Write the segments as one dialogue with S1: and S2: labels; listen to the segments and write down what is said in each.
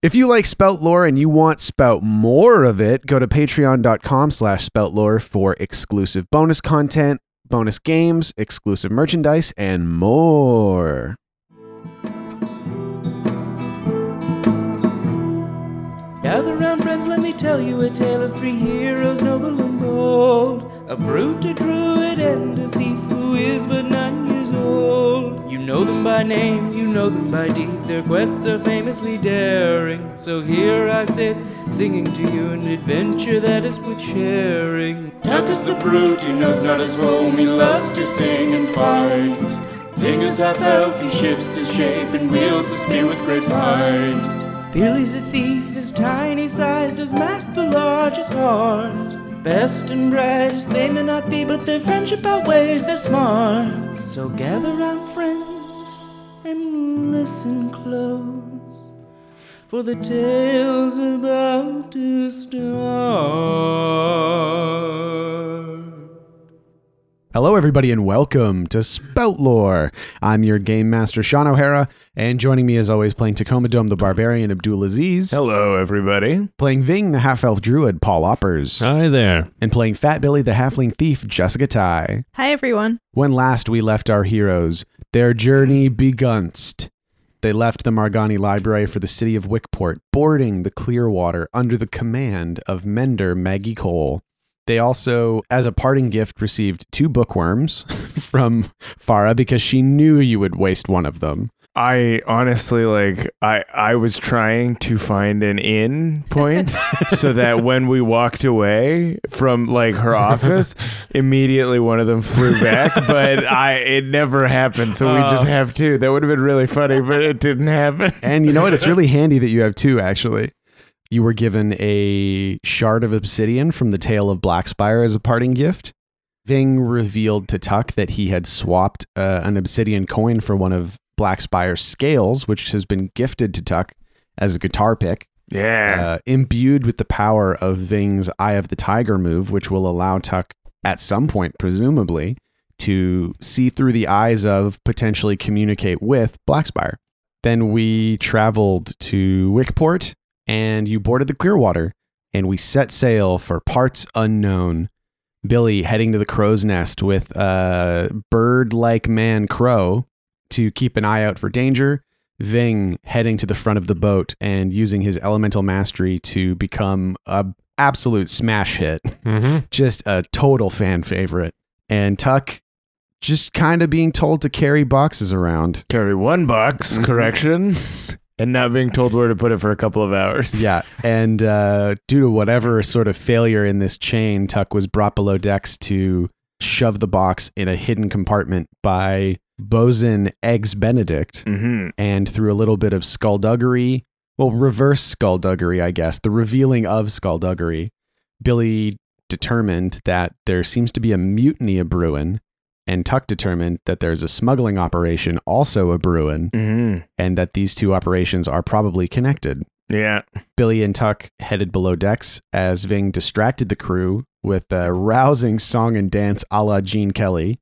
S1: If you like Spout lore and you want Spout more of it, go to patreon.com slash spoutlore for exclusive bonus content, bonus games, exclusive merchandise, and more.
S2: Gather round, friends, let me tell you a tale of three heroes, noble and bold. A brute, a druid, and a thief who is but nine years old. You know them by name, you know them by deed. Their quests are famously daring. So here I sit, singing to you an adventure that is worth sharing. Tuck is the brute, he knows not his role, he loves to sing and fight. Fingers half elf, he shifts his shape and wields his spear with great might. Billy's a thief, his tiny size does mask the largest heart. Best and brightest they may not be, but their friendship outweighs their smarts. So gather round, friends, and listen close, for the tale's about to start.
S1: Hello, everybody, and welcome to Spout Lore. I'm your game master, Sean O'Hara, and joining me, as always, playing Tacoma Dome the Barbarian, Abdul Aziz.
S3: Hello, everybody.
S1: Playing Ving, the half elf druid, Paul Oppers.
S3: Hi there.
S1: and playing Fat Billy, the halfling thief, Jessica Ty.
S4: Hi, everyone.
S1: When last we left our heroes, their journey begunst. They left the Margani Library for the city of Wickport, boarding the Clearwater under the command of Mender Maggie Cole. They also, as a parting gift, received two bookworms from Farah because she knew you would waste one of them.
S3: I honestly like I I was trying to find an in point so that when we walked away from like her office, immediately one of them flew back, but I it never happened, so we just have two. That would have been really funny, but it didn't happen.
S1: And you know what? It's really handy that you have two, actually. You were given a shard of obsidian from the tail of Blackspire as a parting gift. Ving revealed to Tuck that he had swapped uh, an obsidian coin for one of Blackspire's scales, which has been gifted to Tuck as a guitar pick,
S3: Yeah.
S1: uh, imbued with the power of Ving's Eye of the Tiger move, which will allow Tuck, at some point, presumably, to see through the eyes of, potentially communicate with Blackspire. Then we traveled to Wickport and you boarded the Clearwater and we set sail for parts unknown. Billy heading to the crow's nest with a bird like man crow to keep an eye out for danger. Ving heading to the front of the boat and using his elemental mastery to become a absolute smash hit just a total fan favorite. And Tuck just kind of being told to carry boxes around.
S3: Carry one box,
S1: Mhm.
S3: correction, and not being told where to put it for a couple of hours.
S1: Yeah. And uh, due to whatever sort of failure in this chain, Tuck was brought below decks to shove the box in a hidden compartment by Bosun Eggs Benedict.
S3: Mhm.
S1: And through a little bit of skullduggery, well, reverse skullduggery, I guess, the revealing of skullduggery, Billy determined that there seems to be a mutiny a brewing, and Tuck determined that there's a smuggling operation also a brewing,
S3: Mhm.
S1: and that these two operations are probably connected.
S3: Yeah.
S1: Billy and Tuck headed below decks as Ving distracted the crew with a rousing song and dance a la Gene Kelly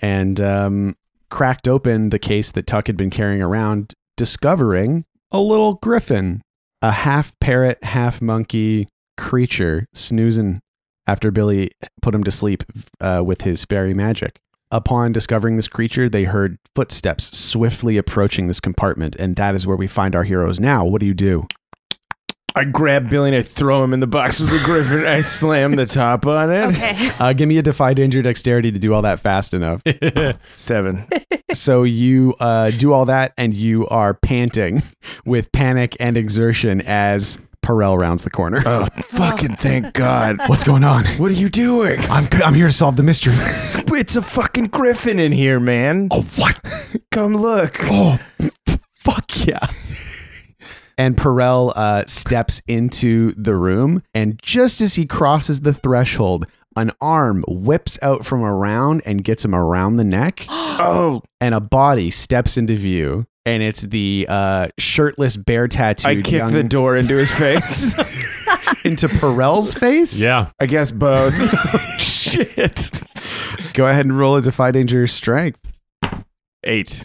S1: and um, cracked open the case that Tuck had been carrying around, discovering a little griffin, a half parrot, half monkey creature snoozing after Billy put him to sleep uh, with his fairy magic. Upon discovering this creature, they heard footsteps swiftly approaching this compartment, and that is where we find our heroes now. What do you do?
S3: I grab Billy and I throw him in the box with the griffin. I slam the top on it.
S4: Okay.
S1: Uh, give me a defy danger dexterity to do all that fast enough.
S3: Seven.
S1: so you uh, do all that, and you are panting with panic and exertion as Perel rounds the corner.
S3: Oh, fucking thank God.
S1: What's going on?
S3: What are you doing?
S1: I'm I'm here to solve the mystery.
S3: It's a fucking griffin in here, man.
S1: oh what?
S3: Come look.
S1: Oh f- fuck yeah. And Perel uh, steps into the room, and just as he crosses the threshold, an arm whips out from around and gets him around the neck.
S3: Oh,
S1: and a body steps into view, and it's the uh, shirtless, bare tattooed
S3: I kicked
S1: young
S3: the door into his face.
S1: into Perel's face.
S5: Yeah.
S3: I guess both.
S1: shit. Go ahead and roll a defy danger strength.
S3: Eight.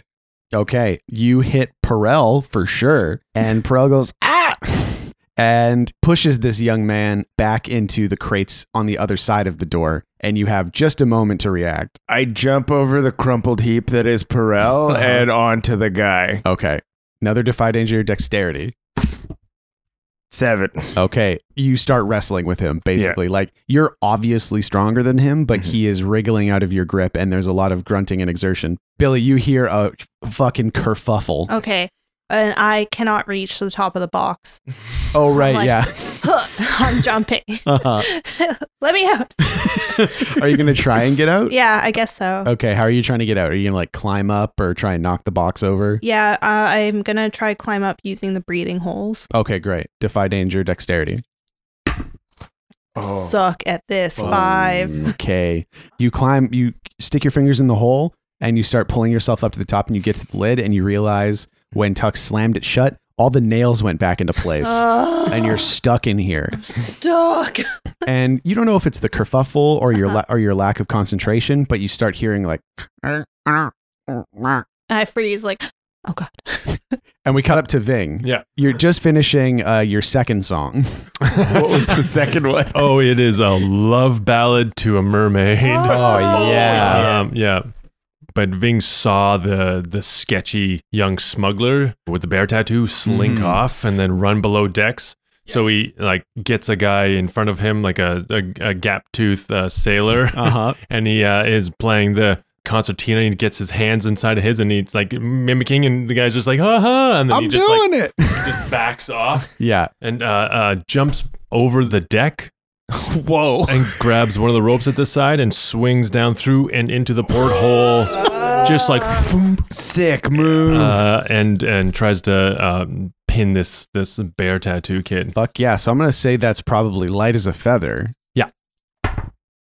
S1: Okay, you hit Perel for sure, and Perel goes ah, and pushes this young man back into the crates on the other side of the door. And you have just a moment to react.
S3: I jump over the crumpled heap that is Perel and onto the guy.
S1: Okay. Another defy danger dexterity.
S3: Seven.
S1: Okay. You start wrestling with him, basically. Like you're obviously stronger than him, but he is wriggling out of your grip and there's a lot of grunting and exertion. Billy, you hear a fucking kerfuffle. Oh,
S4: Okay. And I cannot reach the top of the box.
S1: Oh, right.
S4: like-
S1: yeah.
S4: I'm jumping.
S1: Uh-huh.
S4: Let me out.
S1: are you going to try and get out?
S4: Yeah, I guess so.
S1: Okay. How are you trying to get out? Are you going to like climb up or try and knock the box over?
S4: Yeah, uh, I'm gonna try climb up using the breathing holes.
S1: Okay, great. Defy danger, dexterity.
S3: Oh.
S4: Suck at this. Five.
S1: Okay. You climb, you stick your fingers in the hole and you start pulling yourself up to the top and you get to the lid and you realize when Tuck slammed it shut, all the nails went back into place.
S4: Ugh,
S1: and you're stuck in here,
S4: stuck.
S1: and you don't know if it's the kerfuffle or your la- or your lack of concentration, but you start hearing like,
S4: I freeze. Like, oh god.
S1: and we cut up to Ving.
S5: Yeah.
S1: you're just finishing uh, your second song.
S3: What was the second one?
S5: Oh, it is a love ballad to a mermaid.
S1: Oh, yeah.
S5: Um, yeah. But Ving saw the the sketchy young smuggler with the bear tattoo slink
S1: Mhm.
S5: off and then run below decks. So he like gets a guy in front of him, like a a, a gap tooth uh, sailor,
S1: huh.
S5: and he uh, is playing the concertina. and He gets his hands inside of his, and he's like mimicking, and the guy's just like, "Ha ha!" And then
S1: I'm
S5: he just like
S1: doing it.
S5: just backs off
S1: yeah.
S5: and uh, uh, jumps over the deck
S3: Whoa.
S5: and grabs one of the ropes at the side and swings down through and into the porthole, just like thump,
S3: Sick move.
S5: uh, and and tries to um, pin this this bear tattoo kid.
S1: Fuck yeah. So I'm gonna say that's probably light as a feather.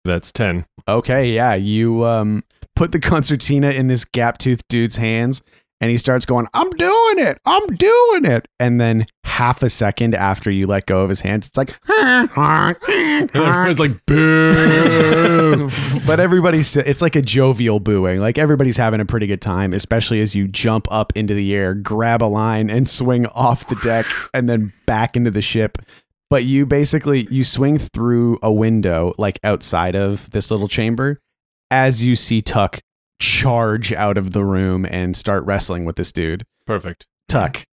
S5: That's ten.
S1: Okay, yeah. You um put the concertina in this gap tooth dude's hands and he starts going, I'm doing it, I'm doing it. And then half a second after you let go of his hands, it's like
S5: Everyone's like boo.
S1: but everybody's it's like a jovial booing. Like everybody's having a pretty good time, especially as you jump up into the air, grab a line and swing off the deck and then back into the ship. But you basically you swing through a window like outside of this little chamber as you see Tuck charge out of the room and start wrestling with this dude.
S5: Perfect.
S1: Tuck,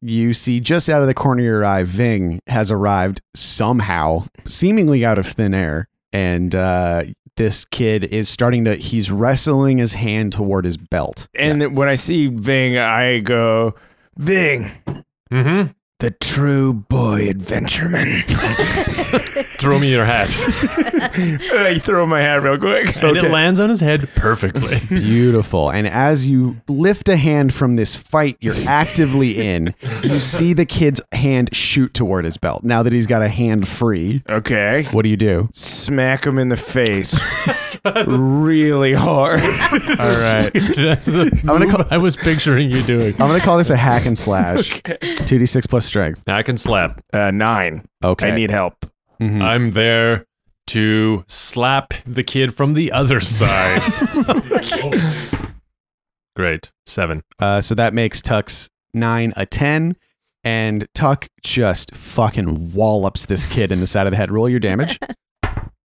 S1: you see just out of the corner of your eye, Ving has arrived somehow, seemingly out of thin air. And uh, this kid is starting to, he's wrestling his hand toward his belt.
S3: and when I see Ving, I go, Ving,
S5: Mm-hmm.
S3: the true boy adventureman.
S5: Throw me your hat,
S3: I throw my hat real quick.
S5: and it lands on his head perfectly.
S1: Beautiful. And as you lift a hand from this fight you're actively in, you see the kid's hand shoot toward his belt now that he's got a hand free.
S3: Okay.
S1: What do you do?
S3: Smack him in the face really hard.
S5: All right. I'm
S1: gonna call-
S5: I was picturing you doing.
S1: I'm going to call this a hack and slash 2d6 plus strength.
S5: I can slap.
S3: Uh, nine.
S1: Okay.
S3: I need help.
S1: Mhm.
S5: I'm there to slap the kid from the other side. Great. Seven.
S1: Uh, so that makes Tuck's nine a 10. And Tuck just fucking wallops this kid in the side of the head. Roll your damage.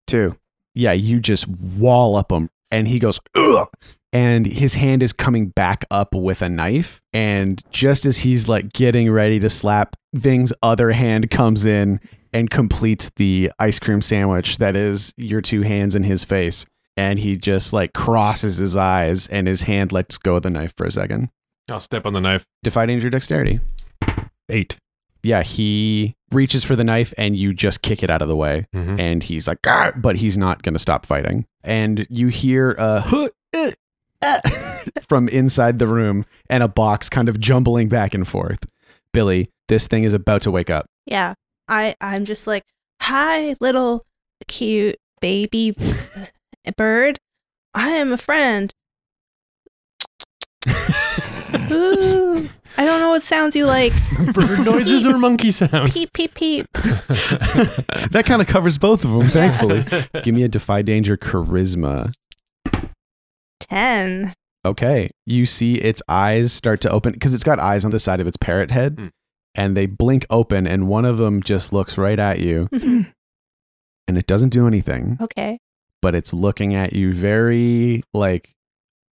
S3: Two.
S1: yeah, you just wallop him. And he goes, Ugh! and his hand is coming back up with a knife. And just as he's like getting ready to slap, Ving's other hand comes in and completes the ice cream sandwich that is your two hands in his face. And he just like crosses his eyes and his hand lets go of the knife for a second.
S5: I'll step on the knife.
S1: Defy danger dexterity.
S5: Eight.
S1: yeah, he reaches for the knife and you just kick it out of the way.
S5: Mhm.
S1: And he's like, "Argh," but he's not going to stop fighting. And you hear a "Huh, eh, eh," from inside the room and a box kind of jumbling back and forth. Billy, this thing is about to wake up.
S4: Yeah. I I'm just like, "Hi, little cute baby bird. I am a friend." Ooh. I don't know what sounds you like.
S5: Bird noises or monkey sounds?
S4: Peep peep peep.
S1: That kind of covers both of them, thankfully. Give me a Defy Danger charisma.
S4: 10.
S1: Okay. You see its eyes start to open because it's got eyes on the side of its parrot head.
S5: Hmm.
S1: and they blink open, and one of them just looks right at you, and it doesn't do anything,
S4: okay.
S1: but it's looking at you very like,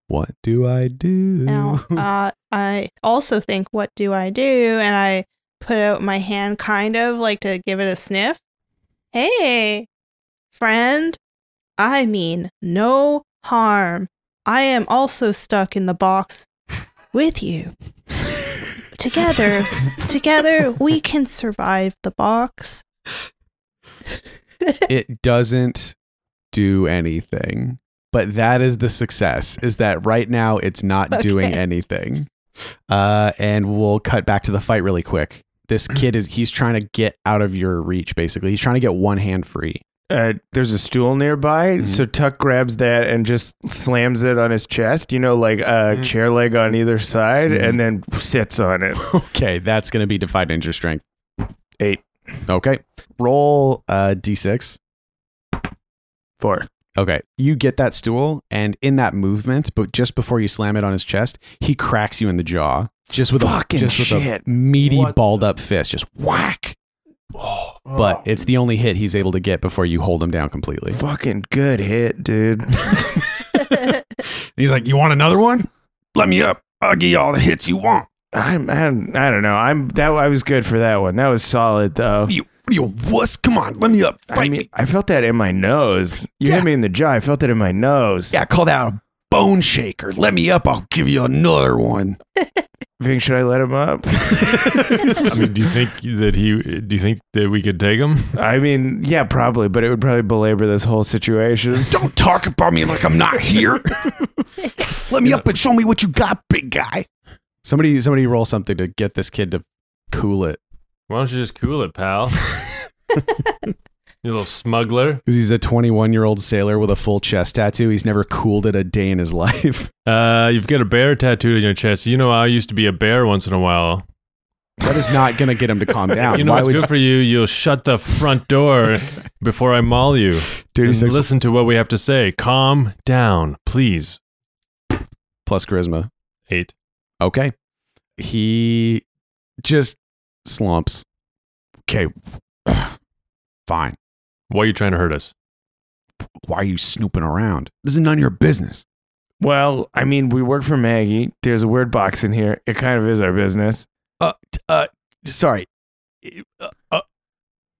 S1: what do I do?
S4: Now, uh, I also think, what do I do? And I put out my hand, kind of like to give it a sniff. Hey, friend, I mean no harm. I am also stuck in the box with you. together, together, we can survive the box.
S1: it doesn't do anything. But that is the success, is that right now it's not doing
S4: Okay.
S1: anything. Uh, and we'll cut back to the fight really quick. This kid is, he's trying to get out of your reach, basically. He's trying to get one hand free.
S3: Uh, there's a stool nearby,
S5: Mm-hmm.
S1: Mhm.
S3: so Tuck grabs that and just slams it on his chest. You know, like a
S5: Mhm.
S3: chair leg on either side,
S5: Mm-hmm.
S1: Mhm.
S3: and then sits on it.
S1: Okay, that's going to be Defied Ninja Strength.
S3: Eight.
S1: Okay. Roll uh, d6.
S3: Four.
S1: Okay. You get that stool, and in that movement, but just before you slam it on his chest, he cracks you in the jaw. Just with
S3: Fucking
S1: a just with
S3: shit.
S1: a meaty
S3: What
S1: balled up fist. Just whack. But it's the only hit he's able to get before you hold him down completely.
S3: fucking good hit, dude.
S1: He's like, You want another one? Let me up. I'll give you all the hits you want.
S3: I'm, I'm I don't know. I'm that I was good for that one. That was solid though.
S1: You you wuss. Come on, let me up.
S3: I mean, I felt that in my nose. You
S1: Yeah.
S3: hit me in the jaw. I felt that in my nose.
S1: call that a bone shaker. Let me up, I'll give you another one.
S3: Ving, should I let him up?
S5: I mean, do you think that he? Do you think that we could take him?
S3: I mean, yeah, probably, but it would probably belabor this whole situation.
S1: Don't talk about me like I'm not here. Let me up and show me what you got, big guy. Somebody, somebody, roll something to get this kid to cool it
S5: Why don't you just cool it, pal? you little smuggler.
S1: because he's a 21 year old sailor with a full chest tattoo. He's never cooled it a day in his life.
S5: Uh, you've got a bear tattooed on your chest. You know, I used to be a bear once in a while.
S1: That is not going to get him to calm down.
S5: You know
S1: Why
S5: what's
S1: would
S5: good for you? You'll shut the front door before I maul you.
S1: Dude,
S5: And
S1: he's six
S5: listen to what we have to say. Calm down, please.
S1: plus charisma?
S5: Eight.
S1: Okay. He just slumps. Okay. Fine.
S5: Why are you trying to hurt us?
S1: Why are you snooping around? This is none of your business.
S3: well, I mean, we work for Maggie. There's a word box in here. It kind of is our business.
S1: uh, t- uh, sorry. Uh, uh,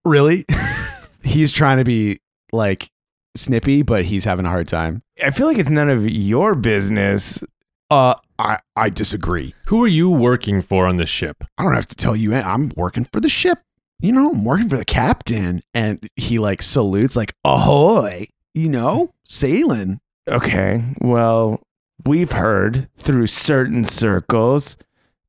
S1: really? he's trying to be like snippy, but he's having a hard time.
S3: I feel like it's none of your business.
S1: Uh, I, I disagree.
S5: Who are you working for on this ship?
S1: I don't have to tell you. I'm working for the ship. You know, I'm working for the captain. And he like salutes, like, ahoy, you know, sailing.
S3: Okay. Well, we've heard through certain circles,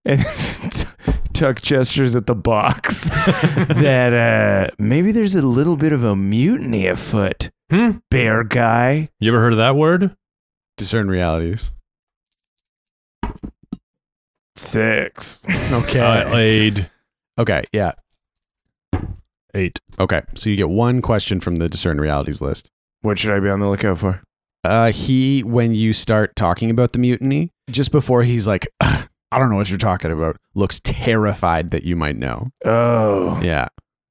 S3: and Tuck gestures at the box that uh, maybe there's a little bit of a mutiny afoot.
S5: Hmm?
S3: Bear guy.
S5: You ever heard of that word?
S1: Discern realities.
S3: Six.
S1: Okay.
S5: Uh, aid.
S1: okay. Yeah.
S5: Eight.
S1: Okay. So you get one question from the discern realities list.
S3: What should I be on the lookout for?
S1: uh he when you start talking about the mutiny just before he's like "Ugh, i don't know what you're talking about looks terrified that you might know
S3: Oh.
S1: yeah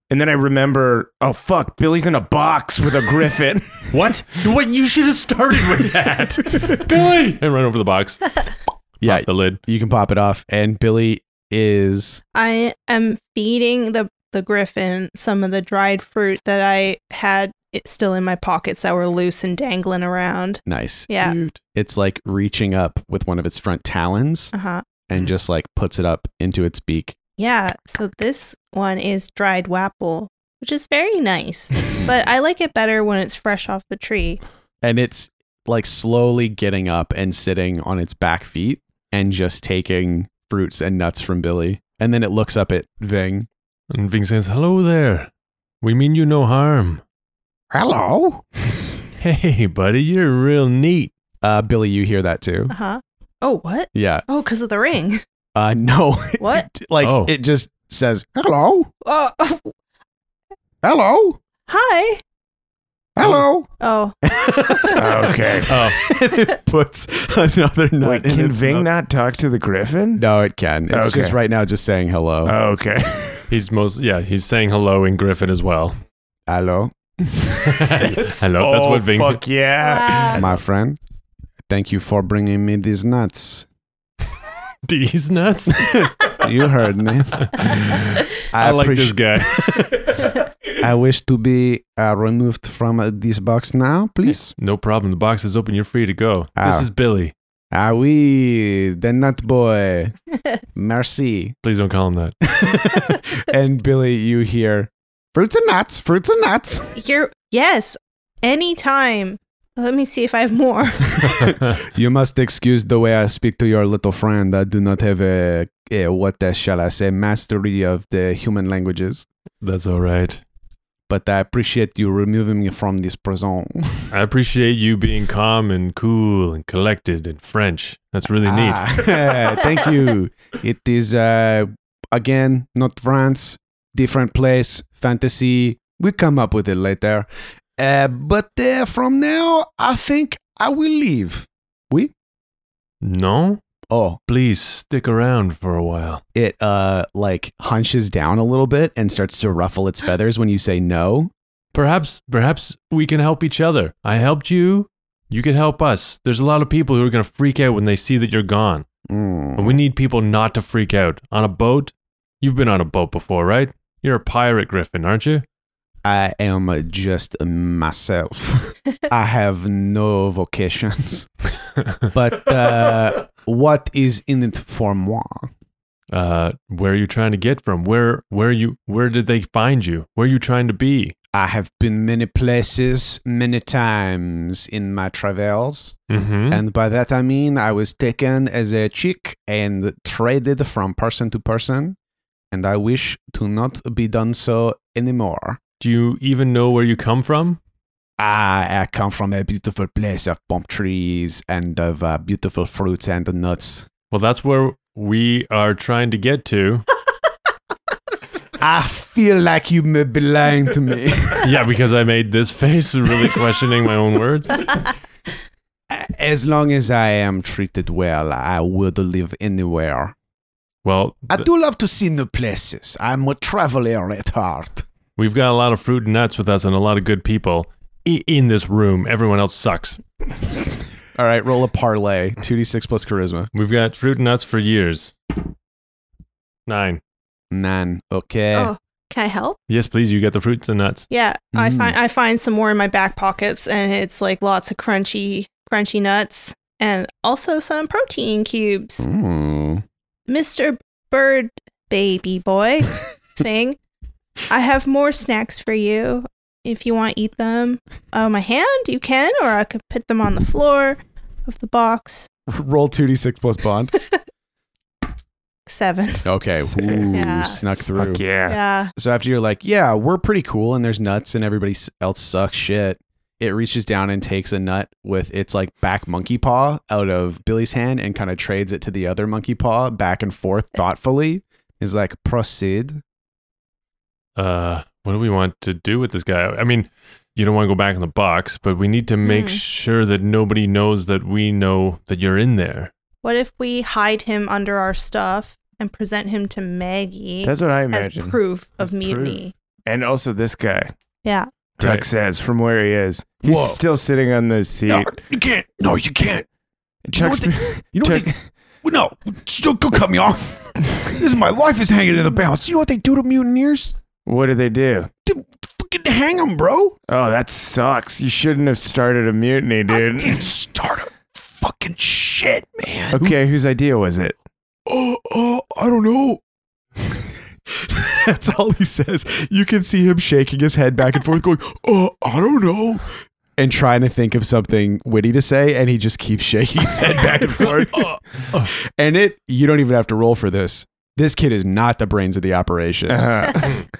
S3: And then I remember, oh fuck, Billy's in a box with a griffin.
S5: What? What? You should have started with that, Billy. And run over the box.
S1: yeah
S5: Pop the lid.
S1: you can pop it off and billy is
S4: I am feeding the the griffin some of the dried fruit that I had it still in my pockets that were loose and dangling around.
S1: nice
S4: Yeah.
S5: Cute.
S1: it's like reaching up with one of its front talons
S4: Uh huh.
S5: Mm-hmm.
S1: and just like puts it up into its beak
S4: Yeah. So this one is dried wapple, which is very nice, but I like it better when it's fresh off the tree.
S1: and it's like slowly getting up and sitting on its back feet and just taking fruits and nuts from billy and then it looks up at ving
S5: And Ving says, "Hello there. We mean you no harm.
S1: hello
S5: Hey, buddy, you're real neat.
S1: uh billy you hear that too
S4: Uh huh. Oh, what?
S1: yeah
S4: Oh, because of the ring.
S1: Uh, no.
S4: What?
S1: like
S5: Oh.
S1: it just says hello,
S4: Oh, oh,
S1: hello,
S4: hi.
S1: Hello.
S4: Oh,
S3: Okay.
S5: Oh,
S1: it puts another nut
S3: Wait,
S1: in
S3: can
S1: its
S3: Ving
S1: mouth.
S3: not talk to the Griffin?
S1: No, it can. It's
S3: Okay.
S1: just right now just saying hello.
S3: Oh, okay.
S5: he's most yeah. He's saying hello in Griffin as well.
S1: hello,
S5: hello. that's
S3: Oh,
S5: what Ving.
S3: Fuck yeah.
S4: wow.
S1: my friend. Thank you for bringing me these nuts.
S5: D's nuts.
S1: You heard me. I,
S5: I like
S1: appreci-
S5: this guy.
S1: I wish to be uh, removed from uh, this box now, please.
S5: No problem. The box is open. You're free to go.
S1: Ah.
S5: This is Billy.
S1: Ah, oui, the nut boy. Merci.
S5: Please don't call him that.
S1: and Billy, you hear fruits and nuts, fruits and nuts.
S4: You're yes. Anytime. Let me see if I have more.
S1: You must excuse the way I speak to your little friend. I do not have a, a what uh, shall I say, mastery of the human languages.
S5: That's all right.
S1: But I appreciate you removing me from this prison.
S5: I appreciate you being calm and cool and collected and French. That's really neat.
S1: Ah, thank you. It is uh, again not France, different place, fantasy. We come up with it later. Uh, but uh, from now, I think I will leave.
S5: No?
S1: Oh,
S5: Please stick around for a while.
S1: it uh like hunches down a little bit and starts to ruffle its feathers when you say no.
S5: Perhaps perhaps we can help each other. I helped you. You can help us. There's a lot of people who are going to freak out when they see that you're gone. And we need people not to freak out. On a boat? You've been on a boat before, right? You're a pirate griffin, aren't you?
S1: I am just myself. I have no vocations. but uh, what is in it for moi?
S5: Uh, where are you trying to get from? Where where you where did they find you? Where are you trying to be?
S1: I have been many places, many times in my travels.
S5: Mm-hmm.
S1: And by that I mean I was taken as a chick and traded from person to person. And I wish to not be done so anymore.
S5: Do you even know where you come from?
S1: Ah, I come from a beautiful place of palm trees and of uh, beautiful fruits and nuts.
S5: Well, that's where we are trying to get to.
S1: I feel like you may be lying to me.
S5: yeah, because I made this face, really questioning my own words.
S1: as long as I am treated well, I would live anywhere.
S5: Well,
S1: I
S5: th-
S1: do love to see new places. I'm a traveler at heart.
S5: we've got a lot of fruit and nuts with us, and a lot of good people I- in this room. Everyone else sucks.
S1: All right, roll a parlay. 2d6 plus charisma.
S5: We've got fruit and nuts for years. Nine.
S1: None. Okay.
S4: Oh, can I help?
S5: Yes, please. You get the fruits and nuts.
S4: Yeah, I
S1: Mm.
S4: find I find some more in my back pockets, and it's like lots of crunchy, crunchy nuts, and also some protein cubes.
S1: Mm.
S4: Mister Bird Baby Boy thing, I have more snacks for you if you want to eat them. Oh, my hand, you can, or I could put them on the floor of the box.
S1: Roll 2d6 plus bond.
S4: Seven.
S1: Okay. Ooh,
S4: Yeah.
S1: Snuck through.
S3: Fuck yeah.
S4: Yeah.
S1: So after you're like, yeah, we're pretty cool, and there's nuts, and everybody s- else sucks shit. It reaches down and takes a nut with its like back monkey paw out of Billy's hand and kind of trades it to the other monkey paw back and forth thoughtfully. Is like proceed.
S5: uh, what do we want to do with this guy? I mean, you don't want to go back in the box, but we need to make
S4: Mm.
S5: sure that nobody knows that we know that you're in there.
S4: What if we hide him under our stuff and present him to Maggie
S3: That's what I
S4: as
S3: imagine.
S4: proof
S3: As
S4: of mutiny?
S3: and also this guy,
S4: Yeah.
S3: Tuck
S5: Right.
S3: says, from where he is. He's
S1: Whoa.
S3: still sitting on the seat.
S1: you can't. No, you can't.
S3: Chuck's,
S1: You
S3: Chuck,
S1: no, don't go cut me off. this is my life is hanging in the balance. You know what they do to mutineers?
S3: what do they do?
S1: Fucking hang them, bro.
S3: Oh, that sucks. You shouldn't have started a mutiny, dude.
S1: start a fucking shit, man.
S3: Okay, whose idea was it?
S1: Oh, uh, I don't know. That's all he says. You can see him shaking his head back and forth, going, "Oh, I don't know," and trying to think of something witty to say, and he just keeps shaking his head back and forth. uh. and it—you don't even have to roll for this. This kid is not the brains of the operation.
S3: Uh-huh.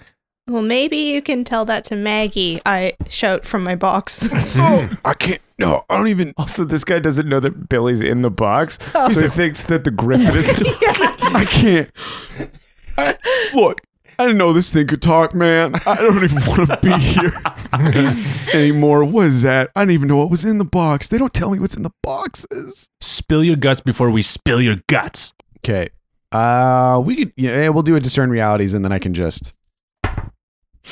S4: Well, maybe you can tell that to Maggie, I shout from my box.
S1: oh, I can't. No, I don't even.
S3: also, this guy doesn't know that Billy's in the box,
S4: Oh.
S3: so he thinks that the Griffin is still.
S1: I can't. I, look, I didn't know this thing could talk, man. I don't even want to be here. anymore. What is that? I don't even know what was in the box. They don't tell me what's in the boxes.
S5: Spill your guts before we spill your guts.
S1: Okay. Uh, we could. Yeah, yeah, we'll do a discern realities, and then I can just.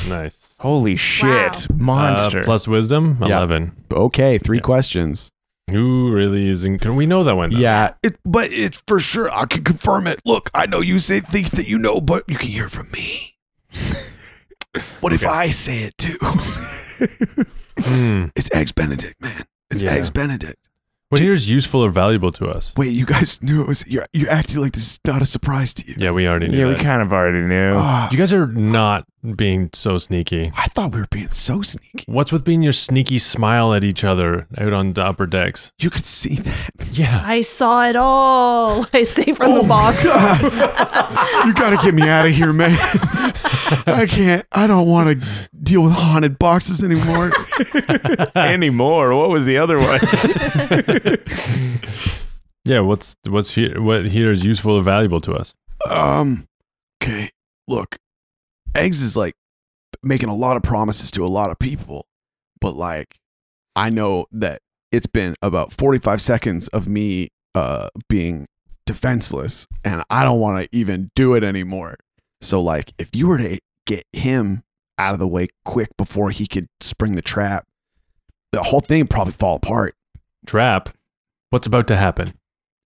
S5: Nice.
S3: Holy shit, monster!
S5: Uh, plus wisdom,
S1: Yeah.
S5: eleven.
S1: Okay, three
S5: Yeah.
S1: questions.
S5: Who really isn't? Can we know that one? Though?
S1: Yeah, it, but it's for sure. I can confirm it. Look, I know you say things that you know, but you can hear from me. what if I say it too?
S5: Hmm.
S1: it's eggs Benedict, man. It's
S5: Yeah.
S1: eggs Benedict.
S5: What here is useful or valuable to us?
S1: Wait, you guys knew it was. You're, you're acting like this is not a surprise to you.
S5: Yeah, we already knew
S3: yeah, we
S5: that.
S3: kind of already knew.
S1: Ah,
S5: you guys are not being so sneaky.
S1: I thought we were being so sneaky.
S5: What's with being your sneaky smile at each other out on the upper decks?
S1: You could see that.
S5: Yeah.
S4: I saw it all. I say from
S3: Oh,
S4: the box.
S1: you gotta get me out of here, man. I can't. I don't want to deal with haunted boxes anymore.
S3: Anymore? What was the other one?
S5: Yeah, what's what's here what here is useful or valuable to us?
S1: Um. Okay. Look, eggs is like making a lot of promises to a lot of people, but like, I know that it's been about forty-five seconds of me uh being defenseless, and I don't want to even do it anymore. So like, if you were to get him out of the way quick before he could spring the trap, the whole thing would probably fall apart.
S5: Trap. What's about to happen?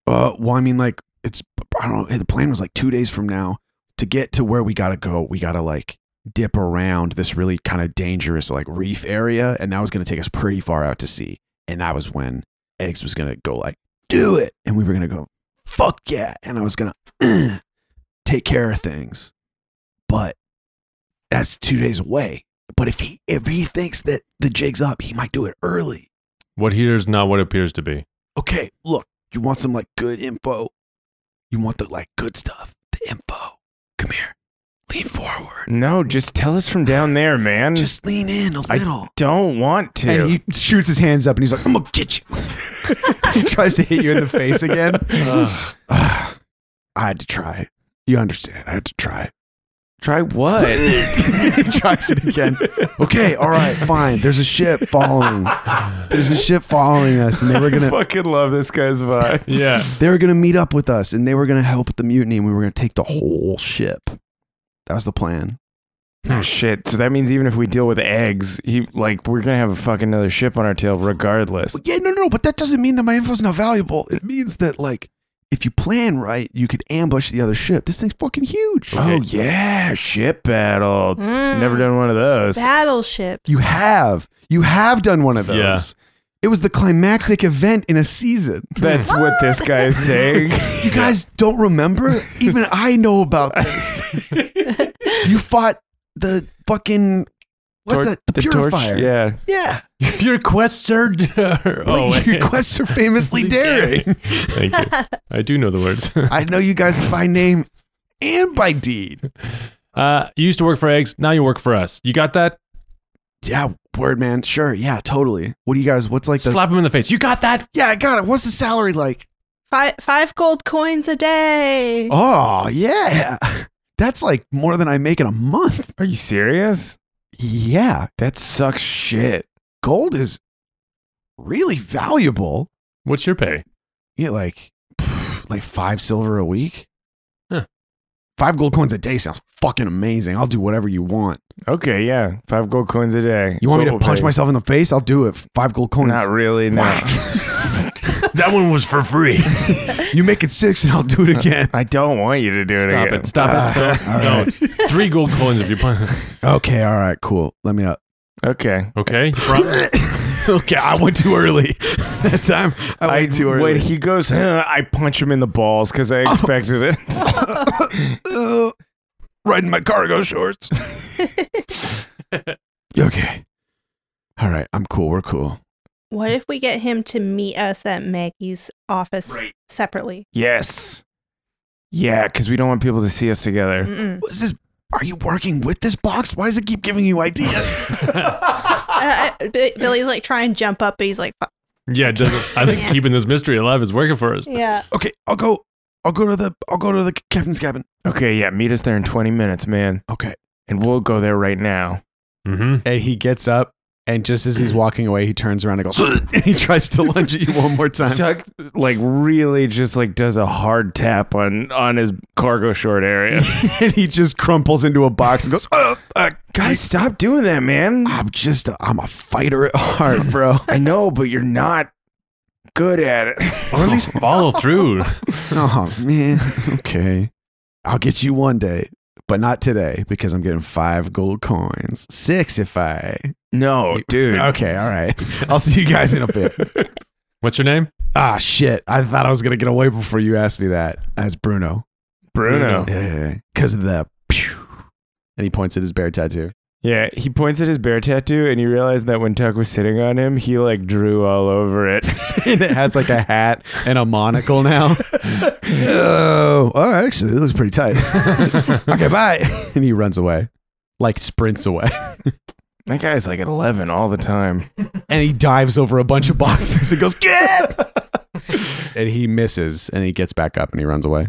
S1: Uh, well, I mean, like it's I don't know. The plan was like two days from now to get to where we gotta go. We gotta like dip around this really kind of dangerous like reef area, and that was gonna take us pretty far out to sea. And that was when Eggs was gonna go like, do it, and we were gonna go, fuck yeah, and I was gonna take care of things, but that's two days away. But if he if he thinks that the jig's up, he might do it early.
S5: What here is not what it appears to be.
S1: okay, look, you want some like good info. You want the like good stuff, the info. Come here. Lean forward.
S3: no, just tell us from down there, man.
S1: Just lean in a
S3: I-
S1: little.
S3: don't want to.
S1: and he shoots his hands up and he's like, I'm gonna get you. he tries to hit you in the face again. I had to try. You understand. I had to try.
S3: Try what?
S1: he tries it again. Okay, all right, fine. There's a ship following. There's a ship following us, and they were
S3: I
S1: gonna
S3: fucking love this guy's vibe.
S5: Yeah.
S1: they were going to meet up with us and they were going to help with the mutiny and we were going to take the whole ship. That was the plan.
S3: Oh shit! So that means even if we deal with eggs, he like we're gonna have a fucking another ship on our tail, regardless.
S1: yeah, no, no, no, but that doesn't mean that my info's not valuable. It means that, like, if you plan right, you could ambush the other ship. This thing's fucking huge.
S3: Oh yeah, ship battle.
S4: Mm.
S3: Never done one of those.
S4: Battleships.
S1: You have. You have done one of those.
S5: Yeah.
S1: It was the climactic event in a season.
S3: That's what this guy is saying.
S1: You guys don't remember? Even I know about this. you fought the fucking. What's
S3: Tor-
S1: that? The,
S3: torch-
S1: purifier.
S3: Yeah.
S1: Yeah.
S5: Your quests are oh,
S1: Like, your quests are famously daring.
S5: Thank you. I do know the words.
S1: I know you guys by name and by deed.
S5: Uh, you used to work for eggs. Now you work for us. You got that?
S1: Yeah, word man. Sure. Yeah, totally. What do you guys? What's like the?
S5: Slap him in the face. You got that?
S1: yeah, I got it. What's the salary like?
S4: five, five gold coins a day.
S1: Oh yeah, that's like more than I make in a month.
S3: Are you serious?
S1: Yeah,
S3: That sucks shit.
S1: gold is really valuable.
S5: What's your pay?
S1: You get like pff, like five silver a week.
S5: Huh.
S1: Five gold coins a day sounds fucking amazing. I'll do whatever you want.
S3: Okay, yeah. Five gold coins a day.
S1: You
S3: That's
S1: want me
S3: what
S1: to
S3: we'll
S1: punch
S3: pay.
S1: myself in the face? I'll do it. Five gold coins.
S3: Not really, no.
S5: That one was for free.
S1: You make it six and I'll do it again.
S3: I don't want you to do it
S5: Stop
S3: again.
S5: it. Stop
S1: Ah,
S5: it. Stop. No. Three gold coins if you plan.
S1: Okay, all right, cool. Let me up.
S3: Okay.
S5: Okay. you prom-
S1: okay, I went too early. that time I
S3: I,
S1: went too early. Oh.
S3: when he goes, "Huh," I punch him in the balls because I expected it.
S1: Uh, riding my cargo shorts. okay. All right, I'm cool. We're cool.
S4: What if we get him to meet us at Maggie's office separately?
S3: Yes. Yeah, because we don't want people to see us together.
S4: Mm-mm.
S1: What's this? Are you working with this box? Why does it keep giving you ideas?
S4: I- I- B- Uh, Billy's like trying to jump up, but he's like, "Fuck."
S5: yeah. it doesn't- I think keeping this mystery alive is working for us.
S4: yeah.
S1: okay, I'll go. I'll go to the. I'll go to the captain's cabin.
S3: Okay, yeah, meet us there in 20 minutes, man.
S1: Okay.
S3: And we'll go there right now.
S5: Mm-hmm.
S1: And he gets up And just as he's walking away, he turns around and goes, and he tries to lunge at you one more time.
S3: Chuck like really just like does a hard tap on on his cargo short area.
S1: and he just crumples into a box and goes, oh, fuck.
S3: Gotta stop doing that, man.
S1: I'm just, a, I'm a fighter at heart, bro.
S3: I know, but you're not good at it.
S5: Or at least follow through.
S1: oh, man. Okay. I'll get you one day, but not today because I'm getting five gold coins. Six if I.
S3: No, dude.
S1: Okay. All right. I'll see you guys in a bit.
S5: What's your name?
S1: Ah, shit. I thought I was going to get away before you asked me that. That's Bruno.
S3: Bruno.
S1: Because of the. pew. And he points at his bear tattoo.
S3: Yeah, he points at his bear tattoo and you realize that when Tuck was sitting on him, he like drew all over it.
S1: and it has like a hat and a monocle now. oh, oh, actually, it looks pretty tight. okay, bye. and he runs away, like sprints away.
S3: That guy's like at 11 all the time.
S1: and he dives over a bunch of boxes and goes, get! and he misses and he gets back up and he runs away.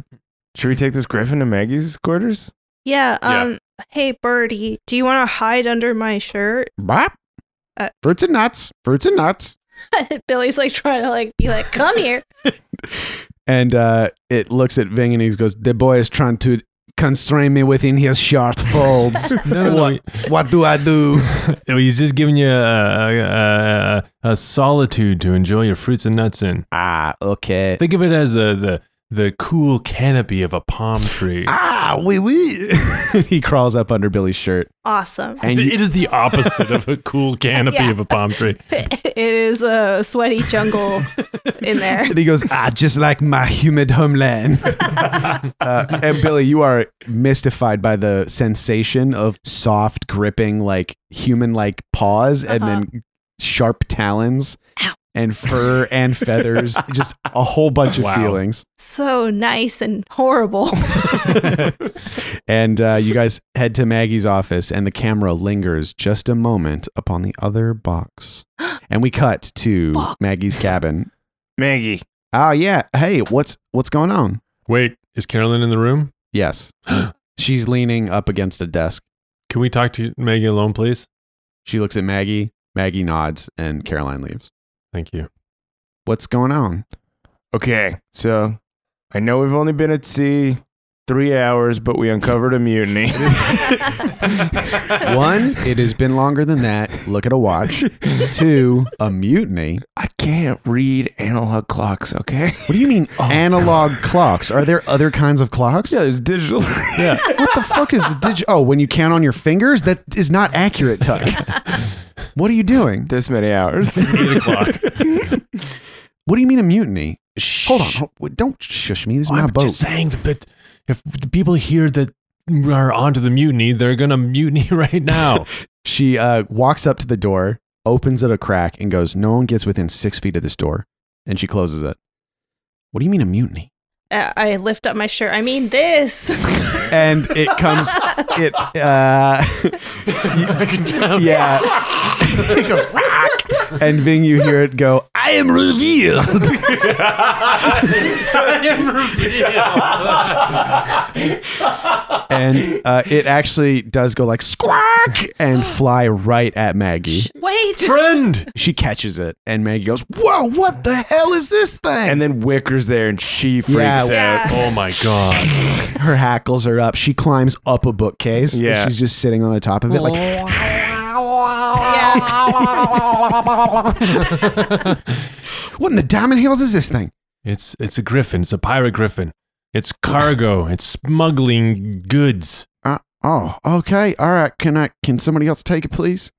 S3: Should we take this griffin to Maggie's quarters?
S4: Yeah.
S5: Yeah.
S4: Um. Hey, Birdie, do you want to hide under my shirt?
S1: Bop.
S4: Uh,
S1: Fruits and nuts. Fruits and nuts.
S4: Billy's like trying to like be like, come here.
S1: And uh, it looks at Ving and he goes, The boy is trying to constrain me within his short folds.
S5: No, no, no.
S1: what, what do I do?
S5: Oh, He's just giving you a, a, a, a solitude to enjoy your fruits and nuts in.
S1: Ah, okay.
S5: Think of it as the, the, the cool canopy of a palm tree.
S1: Ah, wee wee. he crawls up under Billy's shirt.
S4: Awesome.
S1: And you,
S5: it is the opposite of a cool canopy
S4: Yeah.
S5: of a palm tree.
S4: it is a sweaty jungle in there.
S1: and he goes, ah, just like my humid homeland. uh, and Billy, you are mystified by the sensation of soft, gripping, like human like paws and
S5: Uh-huh.
S1: then sharp talons
S4: Ow.
S1: and fur and feathers. just a whole bunch of
S5: Wow.
S1: feelings.
S4: So nice and horrible.
S1: And uh, you guys head to Maggie's office, and the camera lingers just a moment upon the other box. And we cut to
S4: Fuck.
S1: Maggie's cabin.
S3: Maggie.
S1: Oh yeah, hey, what's what's going on?
S5: Wait, is Carolyn in the room?
S1: Yes, she's leaning up against a desk.
S5: Can we talk to Maggie alone, please?
S1: She looks at Maggie. Maggie nods, and Caroline leaves.
S5: Thank you.
S1: What's going on?
S3: Okay, so I know we've only been at sea three hours, but we uncovered a mutiny.
S1: One, it has been longer than that. Look at a watch. Two, a mutiny.
S3: I can't read analog clocks, okay?
S1: What do you mean analog clocks? Are there other kinds of clocks?
S3: Yeah, there's digital.
S5: Yeah.
S1: What the fuck is the digi? Oh, when you count on your fingers, that is not accurate, Tuck. what are you doing?
S3: this many hours.
S5: Eight o'clock.
S1: What do you mean a mutiny? Hold on, hold- wait, don't shush me. This is my
S5: I'm
S1: boat.
S5: just saying, but if the people here that are onto the mutiny, they're gonna mutiny right now.
S1: She uh, walks up to the door, opens it a crack, and goes, "No one gets within six feet of this door," and she closes it. What do you mean a mutiny?
S4: Uh, I lift up my shirt. I mean this.
S1: And it comes, it, uh, yeah, it goes rock, and Ving, you hear it go. I am revealed. and uh, it actually does go like squawk and fly right at Maggie.
S4: Wait.
S5: Friend,
S1: She catches it, and Maggie goes, "Whoa! What the hell is this thing?"
S3: and then Wicker's there and she freaks
S1: Yeah.
S3: out.
S4: Yeah.
S5: oh my god!
S1: her hackles are up. She climbs up a bookcase. and
S3: Yeah.
S1: she's just sitting on the top of it, like what in the diamond hills is this thing?
S5: It's it's a griffin. It's a pirate griffin. It's cargo. It's smuggling goods.
S1: Uh, oh, okay, all right. Can I? Can somebody else take it, please?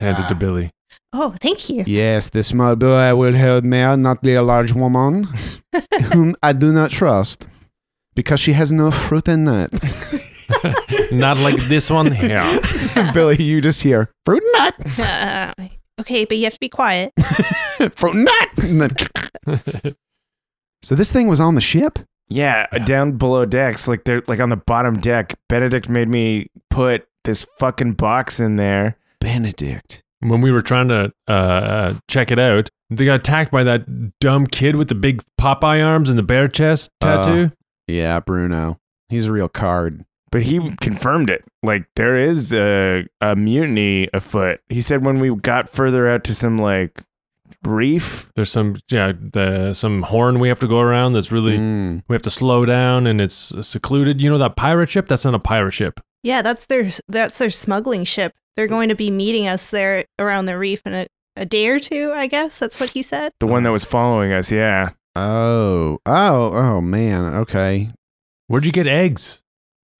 S5: Hand
S1: Ah.
S5: it to Billy.
S4: Oh, thank you.
S1: Yes, the small boy will help me out, not the large woman, whom I do not trust, because she has no fruit and nut.
S5: Not like this one here.
S1: Billy, you just hear fruit and
S4: Uh, okay, but you have to be quiet.
S1: nut, fruit and nut. And then- so this thing was on the ship.
S3: Yeah, uh, down below decks, like they're like on the bottom deck. Benedict made me put this fucking box in there.
S1: Benedict.
S5: When we were trying to uh, uh, check it out, they got attacked by that dumb kid with the big Popeye arms and the bear chest
S1: Uh,
S5: tattoo.
S1: Yeah, Bruno. He's a real card.
S3: but he confirmed it. Like there is a, a mutiny afoot. He said when we got further out to some like reef,
S5: There's some yeah, the, some horn we have to go around. That's really
S1: Mm.
S5: we have to slow down, and it's secluded. You know that pirate ship? That's not a pirate ship.
S4: Yeah, that's their that's their smuggling ship. They're going to be meeting us there around the reef in a, a day or two, I guess. That's what he said.
S3: the one that was following us, yeah.
S1: Oh, oh, oh, man. Okay.
S5: Where'd you get eggs?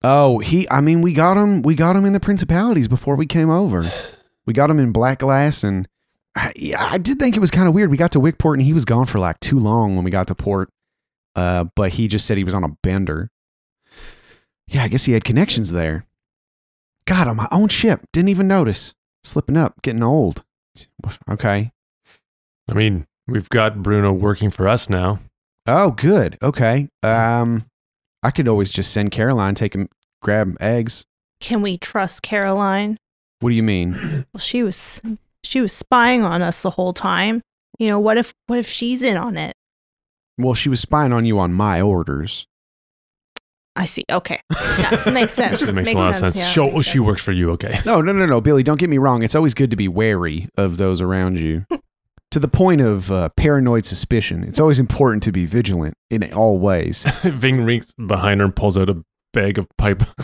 S1: Oh, he. I mean, we got him. We got him in the principalities before we came over. We got him in Black Glass, and I, yeah, I did think it was kind of weird. We got to Wickport, and he was gone for like too long when we got to port. Uh, but he just said he was on a bender. Yeah, I guess he had connections there. God, on my own ship, didn't even notice. Slipping up, getting old. Okay.
S5: I mean, we've got Bruno working for us now.
S1: Oh, good. Okay. Um, I could always just send Caroline, take him, grab eggs.
S4: Can we trust Caroline?
S1: What do you mean?
S4: Well, she was she was spying on us the whole time. You know, what if what if she's in on it?
S1: Well, she was spying on you on my orders.
S4: I see. Okay. Yeah, makes sense.
S5: Actually, makes, a lot of sense.
S4: yeah.
S5: Show- oh,
S4: Makes
S5: she
S4: sense.
S5: works for you, okay?
S1: No, no, no, no, Billy. Don't get me wrong. It's always good to be wary of those around you. to the point of uh, paranoid suspicion, it's always important to be vigilant in all ways.
S5: Ving rings behind her and pulls out a bag of pipe,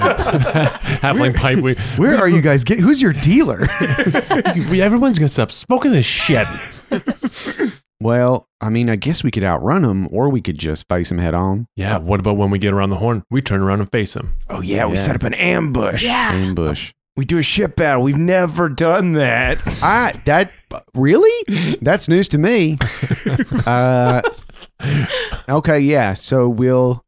S5: halfling pipe. We,
S1: Where are you guys? Get who's your dealer?
S5: we- everyone's gonna stop smoking this shit.
S1: well, I mean, I guess we could outrun him, or we could just face him head on.
S5: Yeah. What about when we get around the horn? We turn around and face him.
S3: Oh yeah, we
S1: Yeah.
S3: set up an ambush.
S5: Mm.
S4: Yeah.
S1: Ambush.
S3: We do a ship battle. We've never done that.
S1: I that really? That's news to me. Uh, okay, yeah. So we'll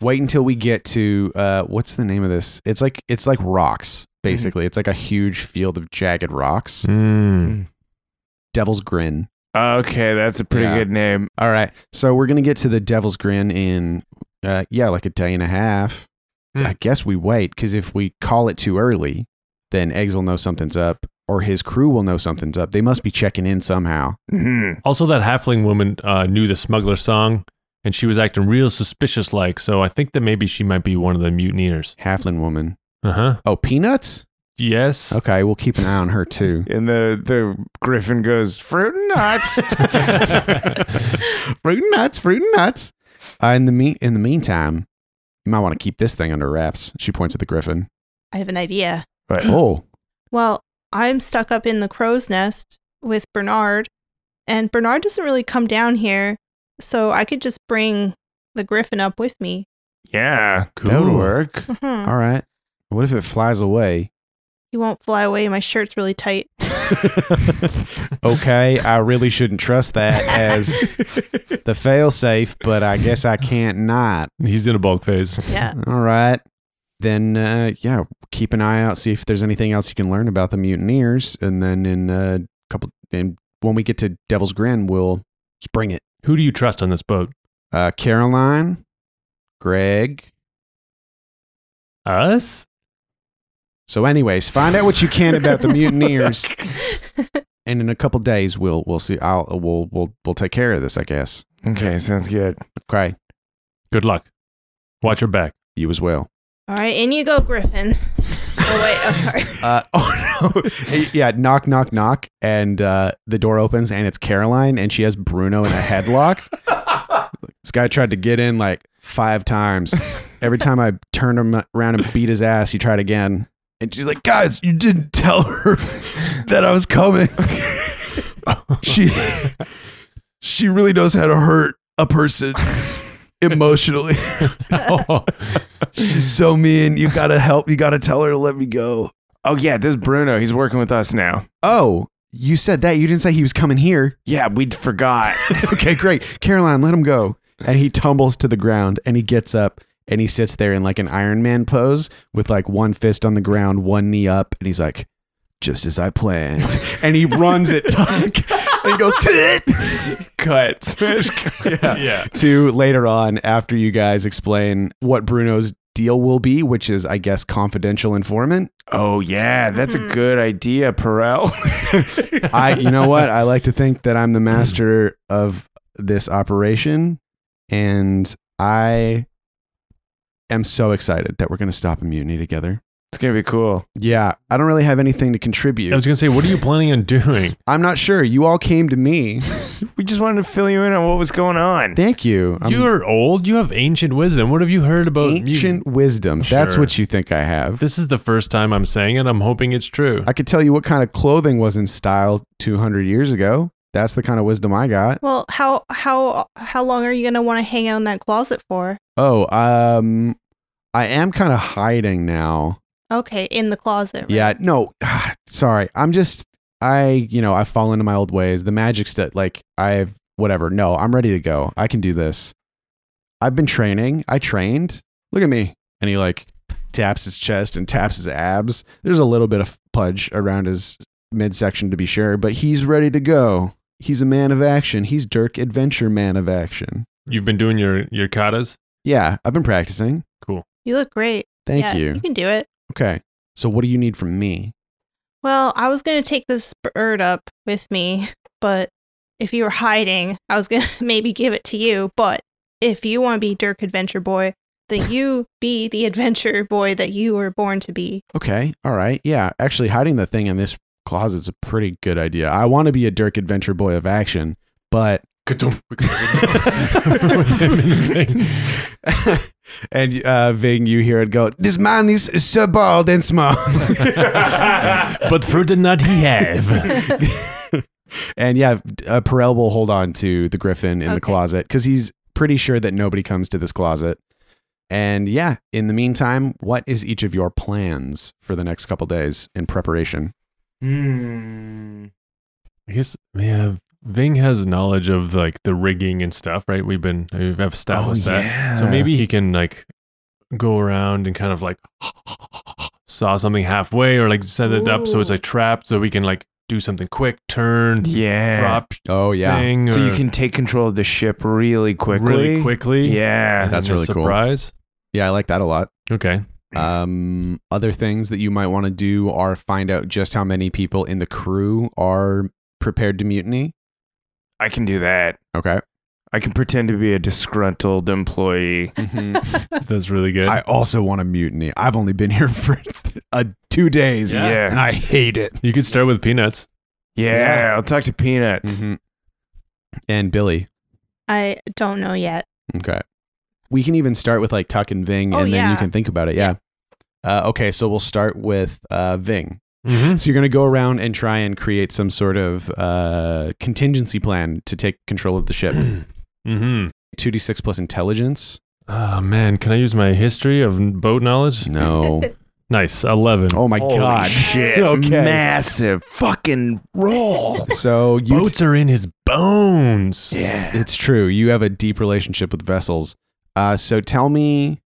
S1: wait until we get to uh, what's the name of this? It's like it's like rocks basically. It's like a huge field of jagged
S5: Mm-hmm.
S1: rocks. Devil's Grin.
S3: Okay, that's a pretty
S1: Yeah.
S3: good name.
S1: All right. So we're gonna get to the Devil's Grin in uh, yeah, like a day and a half.
S5: Hmm.
S1: I guess we wait because if we call it too early, then Eggs will know something's up, or his crew will know something's up. They must be checking in somehow.
S3: Mhm.
S5: Also, that halfling woman uh, knew the smuggler song, and she was acting real suspicious like. So I think that maybe she might be one of the mutineers.
S1: Halfling woman.
S5: Uh huh.
S1: Oh, peanuts?
S5: Yes.
S1: Okay, we'll keep an eye on her too.
S3: And the the griffin goes fruit and nuts.
S1: fruit and nuts, fruit and nuts. Uh, in the mean, in the meantime, you might want to keep this thing under wraps. She points at the griffin.
S4: I have an idea.
S3: Right.
S1: Oh,
S4: Well, I'm stuck up in the crow's nest with Bernard, and Bernard doesn't really come down here, so I could just bring the griffin up with me.
S3: yeah,
S5: Cool.
S3: that would work.
S4: Mhm.
S1: all right. What if it flies away?
S4: He won't fly away. My shirt's really tight.
S1: Okay, I really shouldn't trust that as the failsafe, but I guess I can't not.
S5: He's in a bulk phase.
S4: Yeah.
S1: All right. Then, uh, yeah, keep an eye out, see if there's anything else you can learn about the mutineers. And then in a couple, and when we get to Devil's Grin, we'll spring it.
S5: Who do you trust on this boat?
S1: Uh, Caroline, Greg.
S5: Us?
S1: So, anyways, find out what you can about the mutineers, and in a couple days, we'll we'll see. I'll we'll we'll we'll take care of this, I guess.
S3: Okay, sounds good.
S1: Okay,
S5: Good luck. Watch her back.
S1: you as well.
S4: All right, in you go, Griffin. Oh wait, I'm sorry.
S1: Uh, oh no! yeah, knock, knock, knock, and uh, the door opens, and it's Caroline, and she has Bruno in a headlock. this guy tried to get in like five times. Every time I turned him around and beat his ass, he tried again. And she's like, "Guys, you didn't tell her that I was coming. she she really knows how to hurt a person." Emotionally, she's so mean. You gotta help. You gotta tell her to let me go.
S3: Oh yeah, this Bruno, he's working with us now.
S1: Oh, you said that. You didn't say he was coming here.
S3: Yeah, we forgot.
S1: okay, great. Caroline, let him go. And he tumbles to the ground and he gets up and he sits there in like an Iron Man pose with like one fist on the ground, one knee up. And he's like, just as I planned. and he runs it, Tuck. and he goes,
S3: Cut.
S1: yeah.
S5: yeah.
S1: To later on, after you guys explain what Bruno's deal will be, which is, I guess, confidential informant.
S3: Oh yeah, that's a good idea, Perel.
S1: I you know what? I like to think that I'm the master of this operation and I am so excited that we're going to stop a mutiny together.
S3: It's gonna be cool.
S1: Yeah, I don't really have anything to
S5: I
S1: contribute.
S5: was gonna say, what are you planning on doing?
S1: I'm not sure. You all came to me.
S3: We just wanted to fill you in on what was going on.
S1: Thank you. I'm
S5: you are old. You have ancient wisdom. What have you heard about mut-
S1: ancient wisdom. That's
S5: Sure.
S1: what you think I have.
S5: This is the first time I'm saying it. I'm hoping it's true.
S1: I could tell you what kind of clothing was in style 200 years ago. That's the kind of wisdom I got.
S4: Well, how how how long are you gonna want to hang out in that closet for?
S1: Oh, um, I am kind of hiding now.
S4: Okay, in the closet. right?
S1: Yeah, no, sorry. I'm just, I, you know, I've fallen into my old ways. The magic stuff, like, I've, whatever. No, I'm ready to go. I can do this. I've been training. I trained. Look at me. And he, like, taps his chest and taps his abs. There's a little bit of pudge around his midsection to be sure, but he's ready to go. He's a man of action. He's Dirk Adventure Man of action.
S5: You've been doing your your katas.
S1: Yeah, I've been practicing.
S4: You look great.
S1: Thank
S4: Yeah,
S1: you.
S4: You can do it.
S1: Okay. So, what do you need from me?
S4: Well, I was gonna take this bird up with me, but if you were hiding, I was gonna maybe give it to you. But if you want to be Dirk Adventure Boy, then you be the Adventure Boy that you were born to be.
S1: Okay. All right. Yeah. Actually, hiding the thing in this closet's a pretty good idea. I want to be a Dirk Adventure Boy of action, but
S5: With him in the thing.
S1: and uh, Ving, you hear it go. This man is so bald and small.
S5: but fruit did not he have.
S1: and yeah, uh, Perel will hold on to the Griffin in the
S4: Okay.
S1: closet because he's pretty sure that nobody comes to this closet. And yeah, in the meantime, what is each of your plans for the next couple days in preparation?
S3: Hmm.
S5: I guess yeah. Ving has knowledge of like the rigging and stuff, right? We've been we've
S3: Oh,
S1: Oh,
S5: established that.
S3: Uh,
S5: So maybe he can like go around and kind of like saw something halfway or like set it up so it's
S4: Ooh.
S5: like trapped so we can like do something quick, turn,
S3: Yeah.
S5: drop
S1: Oh yeah,
S5: thing.
S3: So
S5: or
S3: you can take control of the ship really quickly.
S5: really quickly.
S3: Yeah.
S1: That's really cool.
S5: surprise.
S1: yeah, I like that a lot.
S5: Okay.
S1: Um, other things that you might want to do are find out just how many people in the crew are prepared to mutiny.
S3: I can do that.
S1: Okay.
S3: I can pretend to be a disgruntled employee.
S4: Mm-hmm.
S5: That's really good.
S1: I also want to mutiny. I've only been here for uh, two days
S5: Yeah.
S1: and I hate it.
S5: you could start with peanuts.
S3: Yeah, I'll talk to Peanuts.
S1: Mm-hmm.
S4: Mm-hmm.
S1: And Billy.
S4: I don't know yet.
S1: Okay. We can even start with like Tuck and Ving
S4: Oh,
S1: and then you
S4: yeah.
S1: can think about it. Yeah. Uh, okay. So we'll start with uh, Ving.
S5: Mm-hmm.
S1: So you're going to go around and try and create some sort of uh, contingency plan to take control of the ship.
S5: Mm-hmm.
S1: 2d6 plus intelligence?
S5: Oh man, can I use my history of boat knowledge?
S1: No.
S5: Nice. Eleven.
S1: Oh my
S3: Holy
S1: god.
S3: Shit.
S1: Okay.
S3: Massive fucking roll.
S1: So you
S5: Boats are in his bones.
S3: yeah.
S1: it's true. You have a deep relationship with vessels. Uh, so tell me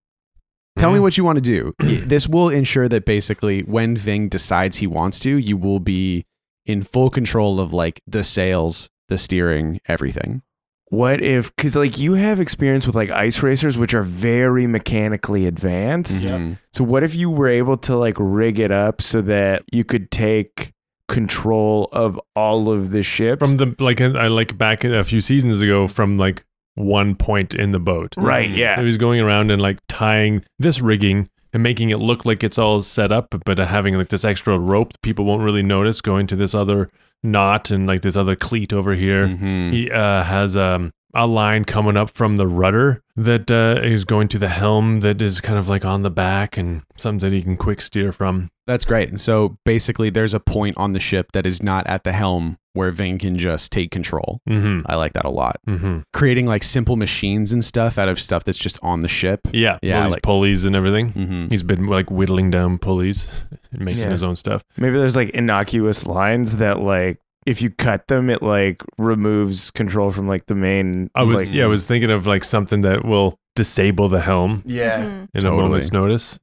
S1: tell me
S3: Mm-hmm.
S5: Mhm.
S1: what you want to do. Y- this will ensure that basically when Ving decides he wants to, you will be in full control of like the sails, the steering, everything.
S3: What if, because like you have experience with like ice racers, which are very mechanically
S5: Mm-hmm.
S3: advanced.
S1: Mhm.
S3: So what if you were able to like rig it up so that you could take control of all of the ships?
S5: From the like I like back a few seasons ago from like one point in the boat.
S3: right, yeah.
S5: So he's going around and like tying this rigging and making it look like it's all set up, but having like this extra rope that people won't really notice going to this other knot and like this other cleat over here.
S3: Mm-hmm.
S1: Mhm.
S5: He uh, has um, a line coming up from the rudder that uh, is going to the helm that is kind of like on the back and something that he can quick steer from.
S1: That's great. And so basically there's a point on the ship that is not at the helm where Ving can just take control.
S5: Mm
S1: I like that a lot.
S5: hmm. Mm hmm.
S1: Creating like simple machines and stuff out of stuff that's just on the ship.
S5: Yeah.
S1: Yeah,
S5: all these
S1: like-
S5: pulleys and everything.
S1: Mm-hmm.
S5: He's been like whittling down pulleys and making
S3: Yeah.
S5: his own stuff.
S3: Maybe there's like innocuous lines that like if you cut them, it like removes control from like the main.
S5: I was
S3: like,
S5: yeah, I was thinking of like something that will disable the helm
S3: yeah.
S4: Mhm.
S5: in
S1: Totally.
S5: a moment's notice.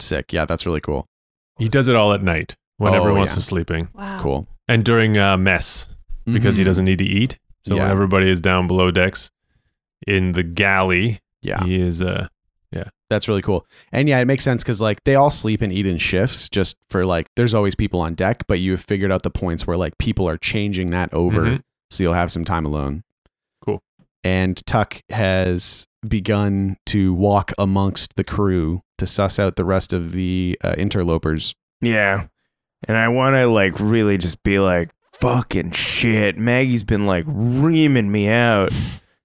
S1: Sick. Yeah, that's really cool.
S5: He does it all at night when
S1: Oh,
S5: everyone else
S1: yeah.
S5: is sleeping
S4: Mm-hmm. Wow.
S1: Cool.
S5: and during uh, mess because he
S1: Mhm.
S5: doesn't need to eat. So when
S1: Yeah.
S5: everybody is down below decks in the galley,
S1: Yeah,
S5: he is uh
S1: that's really cool. And yeah, it makes sense because like they all sleep and eat in shifts just for like there's always people on deck, but you have figured out the points where like people are changing that over
S5: Mhm.
S1: so you'll have some time alone.
S5: Cool.
S1: And Tuck has begun to walk amongst the crew to suss out the rest of the uh, interlopers.
S3: Yeah. And I want to like really just be like, fucking shit. Maggie's been like reaming me out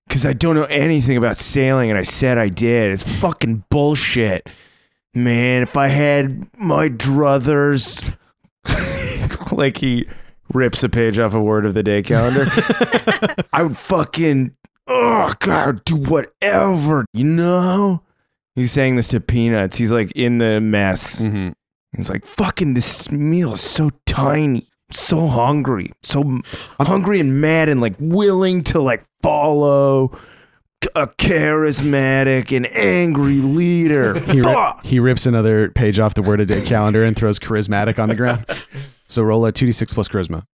S3: because I don't know anything about sailing and I said I did. It's fucking bullshit. Man, if I had my druthers. like he rips a page off a word of the day calendar. I would fucking, oh God, I would do whatever, you know? He's saying this to Peanuts. He's like in the mess.
S1: Mm-hmm.
S3: He's like, fucking, this meal is so tiny, so hungry, so m- hungry and mad and like willing to like follow a charismatic and angry leader.
S1: He, ri-
S3: Fuck!
S1: he rips another page off the word of day calendar and throws charismatic on the ground. So roll a 2d6 plus charisma.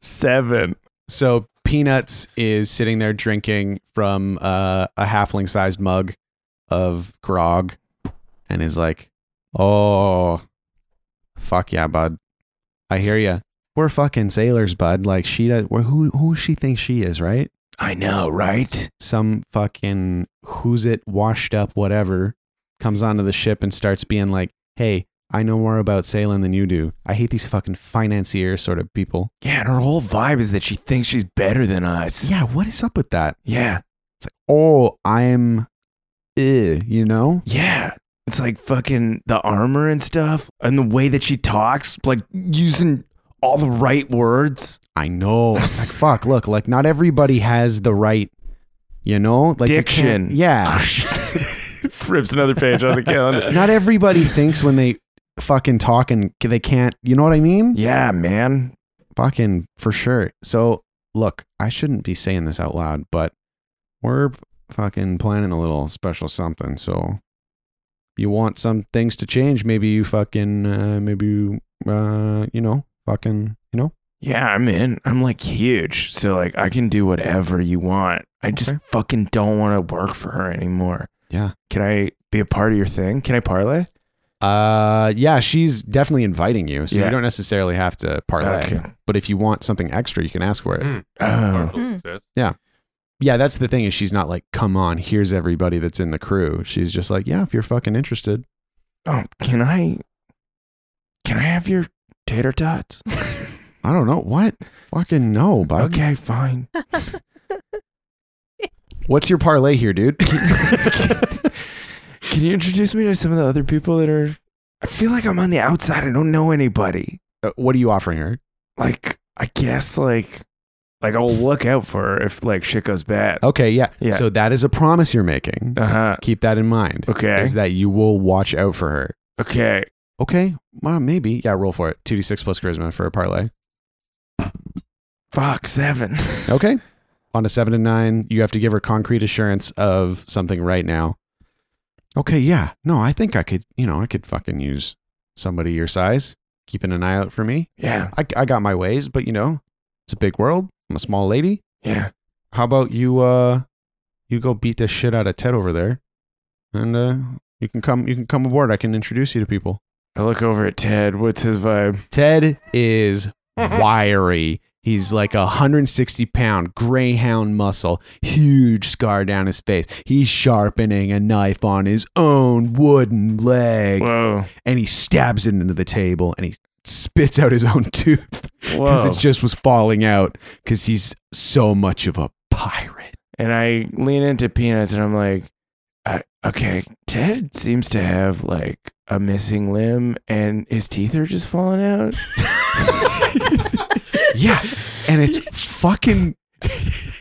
S3: Seven.
S1: So Peanuts is sitting there drinking from uh, a halfling sized mug of grog and is like, oh, fuck yeah, bud. I hear ya. We're fucking sailors, bud. Like, she does. Well, who, who she thinks she is, right?
S3: I know, right?
S1: some fucking who's it washed up whatever comes onto the ship and starts being like, "Hey, I know more about sailing than you do. I hate these fucking financier sort of people."
S3: Yeah, and her whole vibe is that she thinks she's better than us.
S1: Yeah, what is up with that?
S3: Yeah.
S1: Oh, I'm, eh, you know.
S3: Yeah. It's like fucking the armor and stuff and the way that she talks, like using all the right words.
S1: I know. It's like fuck. Look, like not everybody has the right, you know, like you can't-
S3: Diction.
S1: Yeah,
S3: Rips another page on the calendar.
S1: not everybody thinks when they fucking talk and they can't. You know what I mean?
S3: Yeah, man.
S1: Fucking for sure. So look, I shouldn't be saying this out loud, but we're fucking planning a little special something. So you want some things to change? Maybe you fucking, uh, maybe you, uh, you know, fucking, you know.
S3: Yeah, I'm in. I'm like huge. So like I can do whatever you want. I just
S1: Okay.
S3: fucking don't want to work for her anymore.
S1: Yeah.
S3: Can I be a part of your thing? Can I parlay?
S1: Uh, yeah, she's definitely inviting you, so
S3: Yeah.
S1: you don't necessarily have to parlay.
S3: Okay.
S1: But if you want something extra, you can ask for it.
S5: Mm.
S3: Oh.
S5: Partial
S4: Mm.
S5: success.
S1: Yeah, that's the thing is she's not like, come on, here's everybody that's in the crew. She's just like, yeah, if you're fucking interested.
S3: oh, can I Can I have your tater tots?
S1: I don't know what. Fucking no, bud.
S3: okay, fine.
S1: What's your parlay here, dude?
S3: Can you introduce me to some of the other people that are? I feel like I'm on the outside. I don't know anybody.
S1: Uh, what are you offering her?
S3: Like, I guess like, like I'll look out for her if like shit goes bad.
S1: Okay, yeah.
S3: Yeah.
S1: So that is a promise you're making.
S3: Uh huh.
S1: Keep that in mind.
S3: Okay.
S1: Is that you will watch out for her.
S3: Okay.
S1: Okay. Well, maybe. Yeah, roll for it. 2d6 plus charisma for a parlay.
S3: Fuck seven.
S1: Okay. On a seven and nine, you have to give her concrete assurance of something right now. Okay, yeah. No, I think I could, you know, I could fucking use somebody your size, keeping an eye out for me.
S3: Yeah.
S1: I, I got my ways, but you know, it's a big world. I'm a small lady.
S3: Yeah.
S1: How about you, uh, you go beat the shit out of Ted over there, and uh, you can come, you can come aboard. I can introduce you to people.
S3: I look over at Ted. What's his vibe?
S1: Ted is wiry. He's like a 160 pound greyhound muscle, huge scar down his face. He's sharpening a knife on his own wooden leg
S3: Whoa.
S1: and he stabs it into the table and he spits out his own tooth because
S3: Whoa.
S1: it just was falling out because he's so much of a pirate.
S3: and I lean into Peanuts and I'm like, I, okay, Ted seems to have like a missing limb and his teeth are just falling out.
S1: Yeah. And it's fucking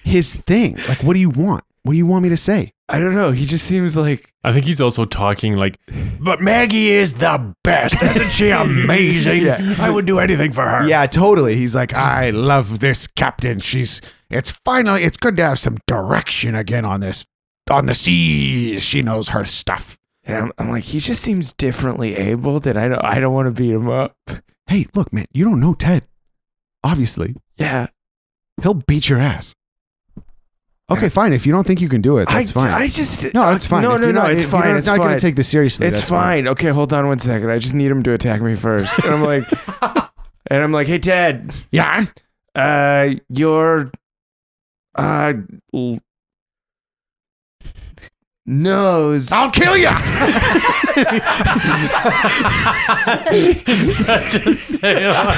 S1: his thing. Like, what do you want? What do you want me to say?
S3: I don't know. He just seems like
S5: I think he's also talking like, but Maggie is the best. Isn't she amazing?
S1: Yeah.
S5: I would do anything for her.
S1: Yeah, totally. He's like, I love this captain. She's it's finally it's good to have some direction again on this on the seas. She knows her stuff.
S3: And I'm, I'm like, he just seems differently abled, and I don't, I don't want to beat him up.
S1: Hey, look, man, you don't know Ted. Obviously.
S3: Yeah,
S1: He'll beat your ass. Okay, fine. If you don't think you can do it, that's
S3: I,
S1: fine.
S3: I just
S1: no, it's fine.
S3: No,
S1: If
S3: no,
S1: you're
S3: no,
S1: not-
S3: it's
S1: if you're
S3: fine.
S1: not-
S3: It's
S1: not
S3: fine.
S1: gonna take this seriously.
S3: It's
S1: that's
S3: fine. Okay, hold on one second. I just need him to attack me first. And I'm like, and I'm like, hey Ted,
S1: Yeah.
S3: uh, your, uh, l- nose.
S5: I'll kill you. Such a sailor.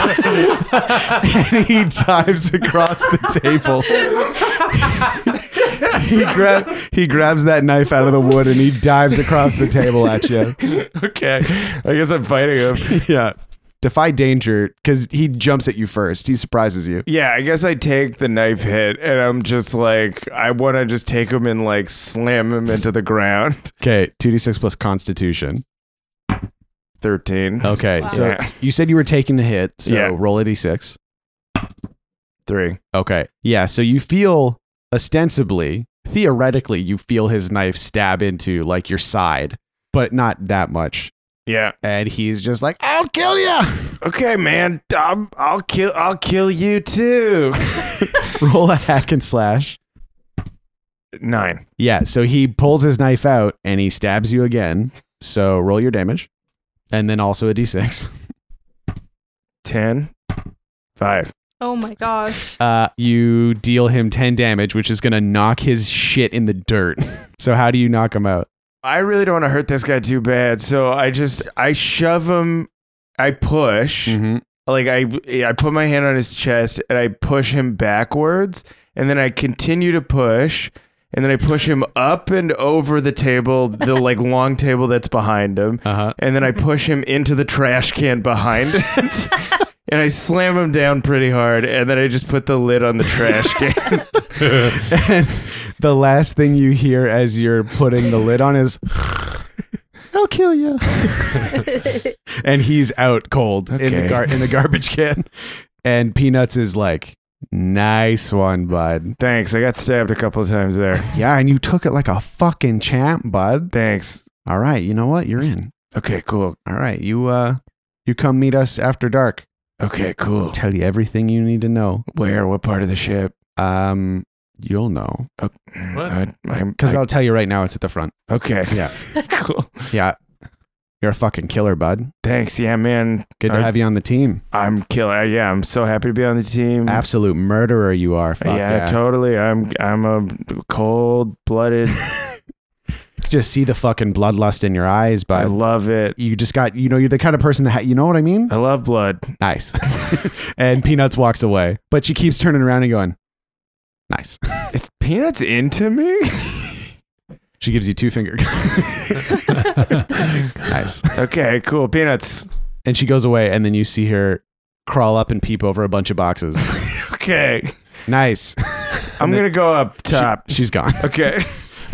S1: and he dives across the table. he, grab, he grabs that knife out of the wood and he dives across the table at you.
S3: okay. I guess I'm fighting him.
S1: Yeah. Defy danger because he jumps at you first. He surprises you.
S3: Yeah, I guess I take the knife hit and I'm just like, I want to just take him and like slam him into the ground.
S1: Okay. 2d6 plus constitution.
S3: 13.
S1: Okay.
S4: Wow.
S1: So
S3: Yeah.
S1: you said you were taking the hit. So
S3: Yeah.
S1: roll a d6.
S3: Three.
S1: Okay. Yeah. So you feel ostensibly, theoretically, you feel his knife stab into like your side, but not that much.
S3: Yeah.
S1: And he's just like, I'll kill you.
S3: Okay, man. i I'll kill. I'll kill you too.
S1: roll a hack and slash.
S3: Nine.
S1: Yeah, so he pulls his knife out and he stabs you again. So roll your damage. And then also a d6.
S3: Ten. Five.
S4: Oh my gosh.
S1: Uh, you deal him 10 damage, which is going to knock his shit in the dirt. so how do you knock him out?
S3: I really don't want to hurt this guy too bad, so I just I shove him. I push.
S1: Mm-hmm.
S3: like I I put my hand on his chest and I push him backwards and then I continue to push and then I push him up and over the table, the like long table that's behind him.
S1: Uh-huh.
S3: And then I push him into the trash can behind it. and I slam him down pretty hard and then I just put the lid on the trash can.
S1: And the last thing you hear as you're putting the lid on is, I'll kill you. and he's out cold in, the
S3: Okay.
S1: gar- in the garbage can. And Peanuts is like, nice one, bud.
S3: Thanks. I got stabbed a couple of times there.
S1: Yeah, and you took it like a fucking champ, bud.
S3: Thanks.
S1: All right, you know what? You're in.
S3: Okay, cool.
S1: All right, you uh you come meet us after dark.
S3: Okay,
S1: I'll
S3: cool.
S1: tell you everything you need to know.
S3: Where? What part of the ship?
S1: Um you'll know
S5: What?
S3: I, I'm,
S1: cuz
S3: I-
S1: I'll tell you right now it's at the front.
S3: okay.
S1: Yeah.
S3: cool.
S1: Yeah. You're a fucking killer, bud.
S3: Thanks. Yeah, man.
S1: Good to
S3: I-
S1: have you on the team.
S3: I'm killer. Yeah, I'm so happy to be on the team. Uh,
S1: Absolute murderer you are. Fuck
S3: Mm. yeah,
S1: yeah.
S3: totally. I'm I'm a cold blooded.
S1: Just see the fucking bloodlust in your eyes,
S3: I
S1: bud.
S3: love it.
S1: You just got, you know, you're the kind of person that, ha- you know what I mean?
S3: I love blood.
S1: Nice. and Peanuts walks away, but she keeps turning around and going, nice.
S3: Is peanuts into me?
S1: She gives you two finger. nice.
S3: okay, cool. Peanuts.
S1: And she goes away, and then you see her crawl up and peep over a bunch of boxes.
S3: Okay,
S1: nice.
S3: I'm
S1: then-
S3: gonna go up top.
S1: She, has gone.
S3: okay.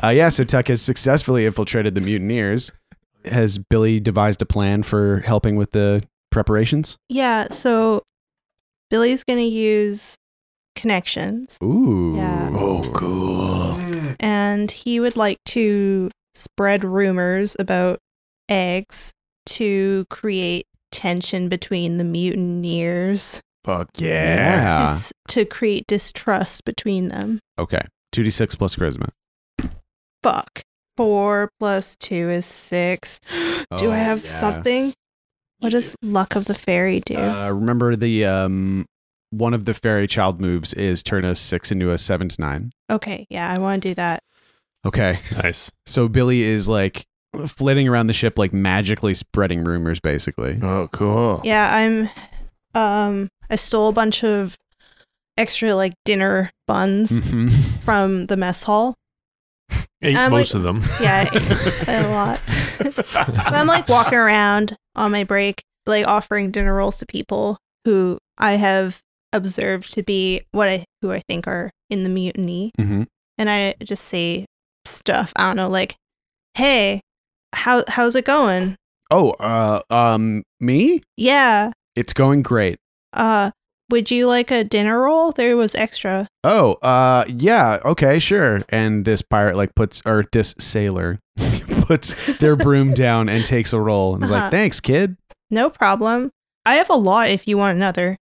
S1: Uh, yeah, so Tuck has successfully infiltrated the mutineers. Has Billy devised a plan for helping with the preparations?
S4: Yeah, so Billy's going to use connections
S1: Ooh. Oh,
S4: Yeah.
S3: cool.
S4: and he would like to spread rumors about eggs to create tension between the mutineers
S3: Fuck
S1: yeah.
S3: yeah.
S4: to
S1: Ah.
S4: s to create distrust between them.
S1: Okay. 2d6 plus charisma.
S4: Fuck. 4 plus 2 is 6. do
S1: Oh,
S4: I have
S1: yeah.
S4: something? What does luck of the fairy do?
S1: Uh, remember the um, one of the fairy child moves is turn a six into a seven to nine.
S4: okay, yeah, I want to do that.
S1: Okay.
S5: nice.
S1: So Billy is like flitting around the ship, like magically spreading rumors, basically.
S3: Oh, cool.
S4: Yeah, I'm um I stole a bunch of extra like dinner buns
S1: Mhm.
S4: from the mess hall.
S5: Ate
S4: I'm
S5: most
S4: Um, like-
S5: of them.
S4: Yeah, a lot. But I'm like walking around on my break, like offering dinner rolls to people who I have observed to be what I who I think are in the mutiny,
S1: Mhm.
S4: and I just say stuff. I don't know, like, "Hey, how how's it going?
S1: Oh, uh, um, me?
S4: Yeah,
S1: It's going great.
S4: uh, would you like a dinner roll? There was extra.
S1: Oh, uh, yeah, okay, sure. And this pirate like puts, or this sailor puts their broom down and takes a roll and is
S4: Uh-huh.
S1: like, "Thanks, kid."
S4: No problem. I have a lot if you want another.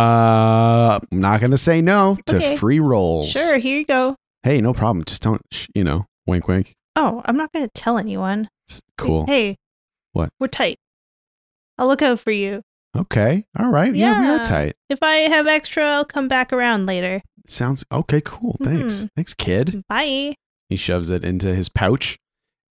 S1: Uh, I'm not gonna say no to
S4: Okay.
S1: free rolls.
S4: Sure, here you go.
S1: Hey, no problem. Just don't, sh- you know, wink, wink.
S4: Oh, I'm not going to tell anyone.
S1: It's cool.
S4: Hey.
S1: What?
S4: We're tight. I'll look out for you.
S1: Okay. All right. Yeah, we
S4: Yeah.
S1: are tight.
S4: If I have extra, I'll come back around later.
S1: Sounds okay. Cool. Thanks.
S4: Mhm.
S1: Thanks, kid.
S4: Bye.
S1: He shoves it into his pouch.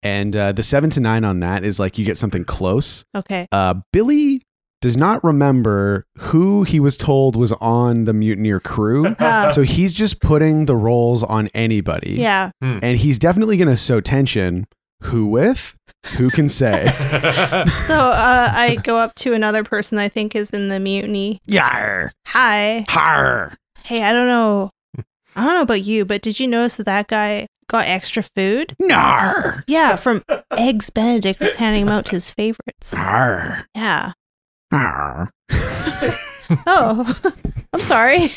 S1: And uh, the seven to nine on that is like you get something close.
S4: Okay.
S1: Uh, Billy does not remember who he was told was on the mutineer crew.
S4: Uh,
S1: so he's just putting the roles on anybody.
S4: yeah.
S1: And he's definitely going to sow tension. Who with? Who can say?
S4: So uh, I go up to another person I think is in the mutiny.
S1: Yar.
S4: Hi.
S1: Har.
S4: Hey, I don't know. I don't know about you, but did you notice that that guy got extra food?
S1: Nar.
S4: Yeah, from Eggs Benedict was handing him out to his favorites.
S1: Har.
S4: Yeah.
S1: Har.
S4: Oh, I'm sorry.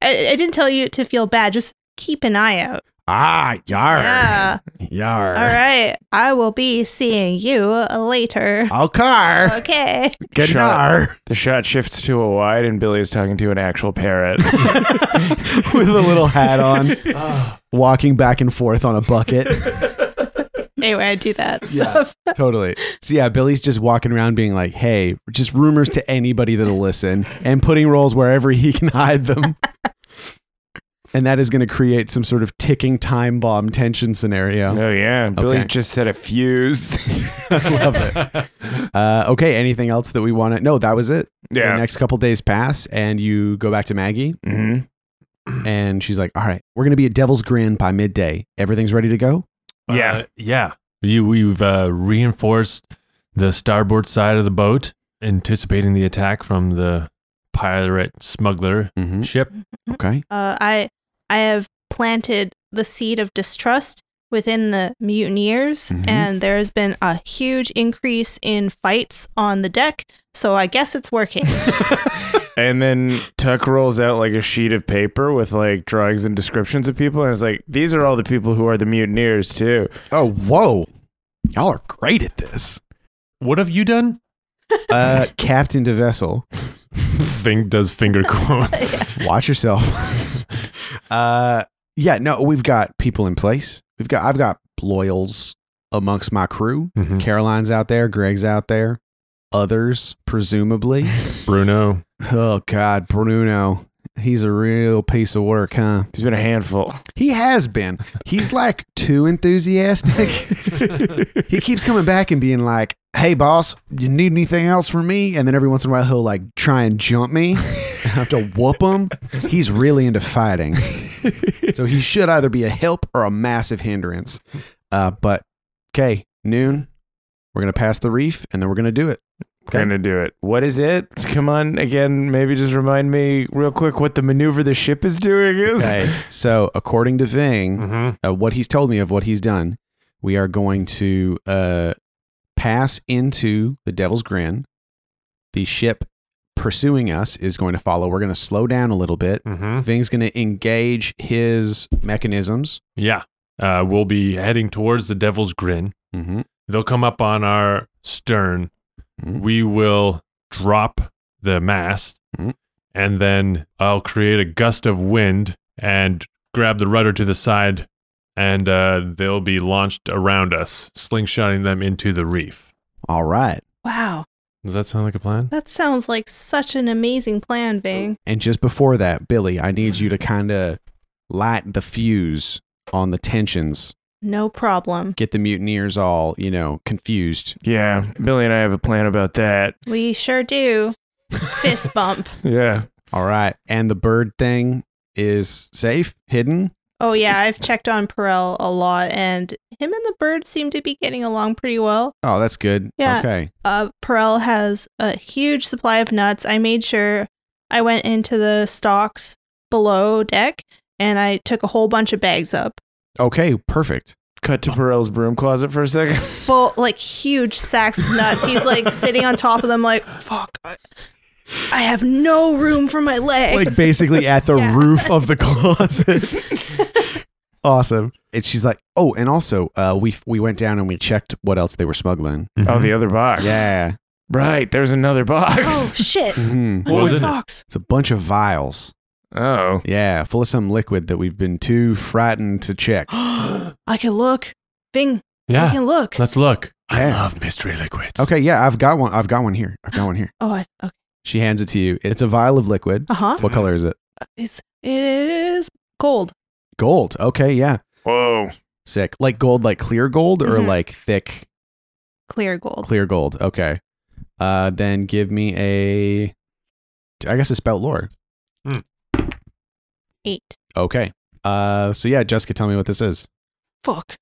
S4: I, I didn't tell you to feel bad. Just keep an eye out.
S1: Ah, yar.
S4: Yeah.
S1: Yar.
S4: All right. I will be seeing you later.
S1: I'll
S4: Uh,
S1: car.
S4: Okay.
S1: Good
S3: Shot.
S1: nar.
S3: The shot shifts to a wide, and Billy is talking to an actual parrot.
S1: With a little hat on, walking back and forth on a bucket.
S4: Anyway, I do that
S1: Yeah.
S4: stuff.
S1: totally. So yeah, Billy's just walking around being like, "Hey, just rumors to anybody that'll listen," and putting rolls wherever he can hide them. and that is going to create some sort of ticking time bomb tension scenario.
S3: oh yeah, Billy
S1: Okay.
S3: just set a fuse.
S1: I love it. Uh, okay, anything else that we want to? No, that was it. The
S3: yeah.
S1: next couple days pass, and you go back to Maggie,
S3: hmm
S1: and she's like, "All right, we're going to be at Devil's Grin by midday. Everything's ready to go."
S3: Yeah.
S5: Uh, yeah. You, we've uh, reinforced the starboard side of the boat, anticipating the attack from the pirate smuggler
S1: Mm-hmm.
S5: ship.
S1: Okay.
S4: Uh, I I have planted the seed of distrust within the mutineers,
S1: Mhm.
S4: and there has been a huge increase in fights on the deck. So I guess it's working.
S3: And then Tuck rolls out like a sheet of paper with like drawings and descriptions of people, and it's like these are all the people who are the mutineers too.
S1: Oh, whoa! Y'all are great at this.
S5: Mm-hmm. What have you done?
S1: Uh, Captain to vessel.
S5: Fink does finger quotes.
S1: Watch yourself. uh, yeah, no, we've got people in place. We've got I've got loyals amongst my crew.
S5: Mhm.
S1: Caroline's out there, Greg's out there, others presumably.
S5: Bruno.
S1: oh God, Bruno, he's a real piece of work, huh?
S3: He's been a handful.
S1: He has been. He's like too enthusiastic.
S5: Mm-hmm.
S1: he keeps coming back and being like, "Hey, boss, you need anything else from me?" And then every once in a while, he'll like try and jump me. I have to whoop him. He's really into fighting, so he should either be a help or a massive hindrance. Uh, but okay, noon, we're gonna pass the reef, and then we're gonna do it.
S3: We're gonna do it. What is it? Come on again. Maybe just remind me real quick what the maneuver the ship is doing is.
S1: Okay. So according to Ving,
S5: Mhm.
S1: uh, what he's told me of what he's done, we are going to uh, pass into the Devil's Grin. The ship pursuing us is going to follow. We're going to slow down a little bit.
S5: Mhm.
S1: Ving's going to engage his mechanisms.
S5: Yeah. Uh, we'll be heading towards the Devil's Grin.
S1: Mm-hmm.
S5: They'll come up on our stern.
S1: Mhm.
S5: We will drop the mast,
S1: Mhm.
S5: and then I'll create a gust of wind and grab the rudder to the side, and uh, they'll be launched around us, slingshotting them into the reef.
S1: All right.
S4: wow,
S5: Does that sound like a plan?
S4: that sounds like such an amazing plan, Bing.
S1: And just before that, Billy, I need you to kind of light the fuse on the tensions,
S4: No problem.
S1: get the mutineers all, you know, confused.
S3: Yeah, Billy and I have a plan about that.
S4: We sure do. Fist bump.
S3: Yeah.
S1: All right. And the bird thing is safe, hidden.
S4: Oh yeah, I've checked on Perel a lot, and him and the bird seem to be getting along pretty well.
S1: Oh, that's good.
S4: Yeah.
S1: Okay.
S4: Uh, Perel has a huge supply of nuts. I made sure I went into the stocks below deck and I took a whole bunch of bags up,
S1: Okay. Perfect.
S3: Cut to Perel's broom closet for a second.
S4: full like huge sacks of nuts. He's like sitting on top of them, like fuck. I- I have no room for my legs.
S1: basically at the
S4: Yeah.
S1: roof of the closet. awesome. And she's like, oh, and also, uh, we we went down and we checked what else they were smuggling.
S3: Oh, the other box.
S1: Yeah.
S3: Right. There's another box.
S4: oh shit!
S1: Mhm.
S5: What
S4: More
S5: was it?
S4: socks.
S1: It's a bunch of vials.
S3: Oh.
S1: Yeah, full of some liquid that we've been too frightened to check.
S4: I can look. Bing. I
S5: yeah.
S4: can look.
S5: Let's look. I
S1: Yeah.
S5: love mystery liquids.
S1: Okay, yeah, I've got one. I've got one here. I've got one here.
S4: Oh, I, okay.
S1: She hands it to you. It's a vial of liquid.
S4: Uh huh.
S1: What color is it?
S4: It's it is gold.
S1: Gold. Okay, yeah.
S3: Whoa.
S1: Sick. Like gold, like clear gold, or
S4: Mhm.
S1: like thick
S4: Clear gold.
S1: clear gold. Okay. Uh, then give me a. I guess it's spout lore.
S4: Eight.
S1: Okay. Uh, so yeah, Jessica, tell me what this is.
S4: Fuck.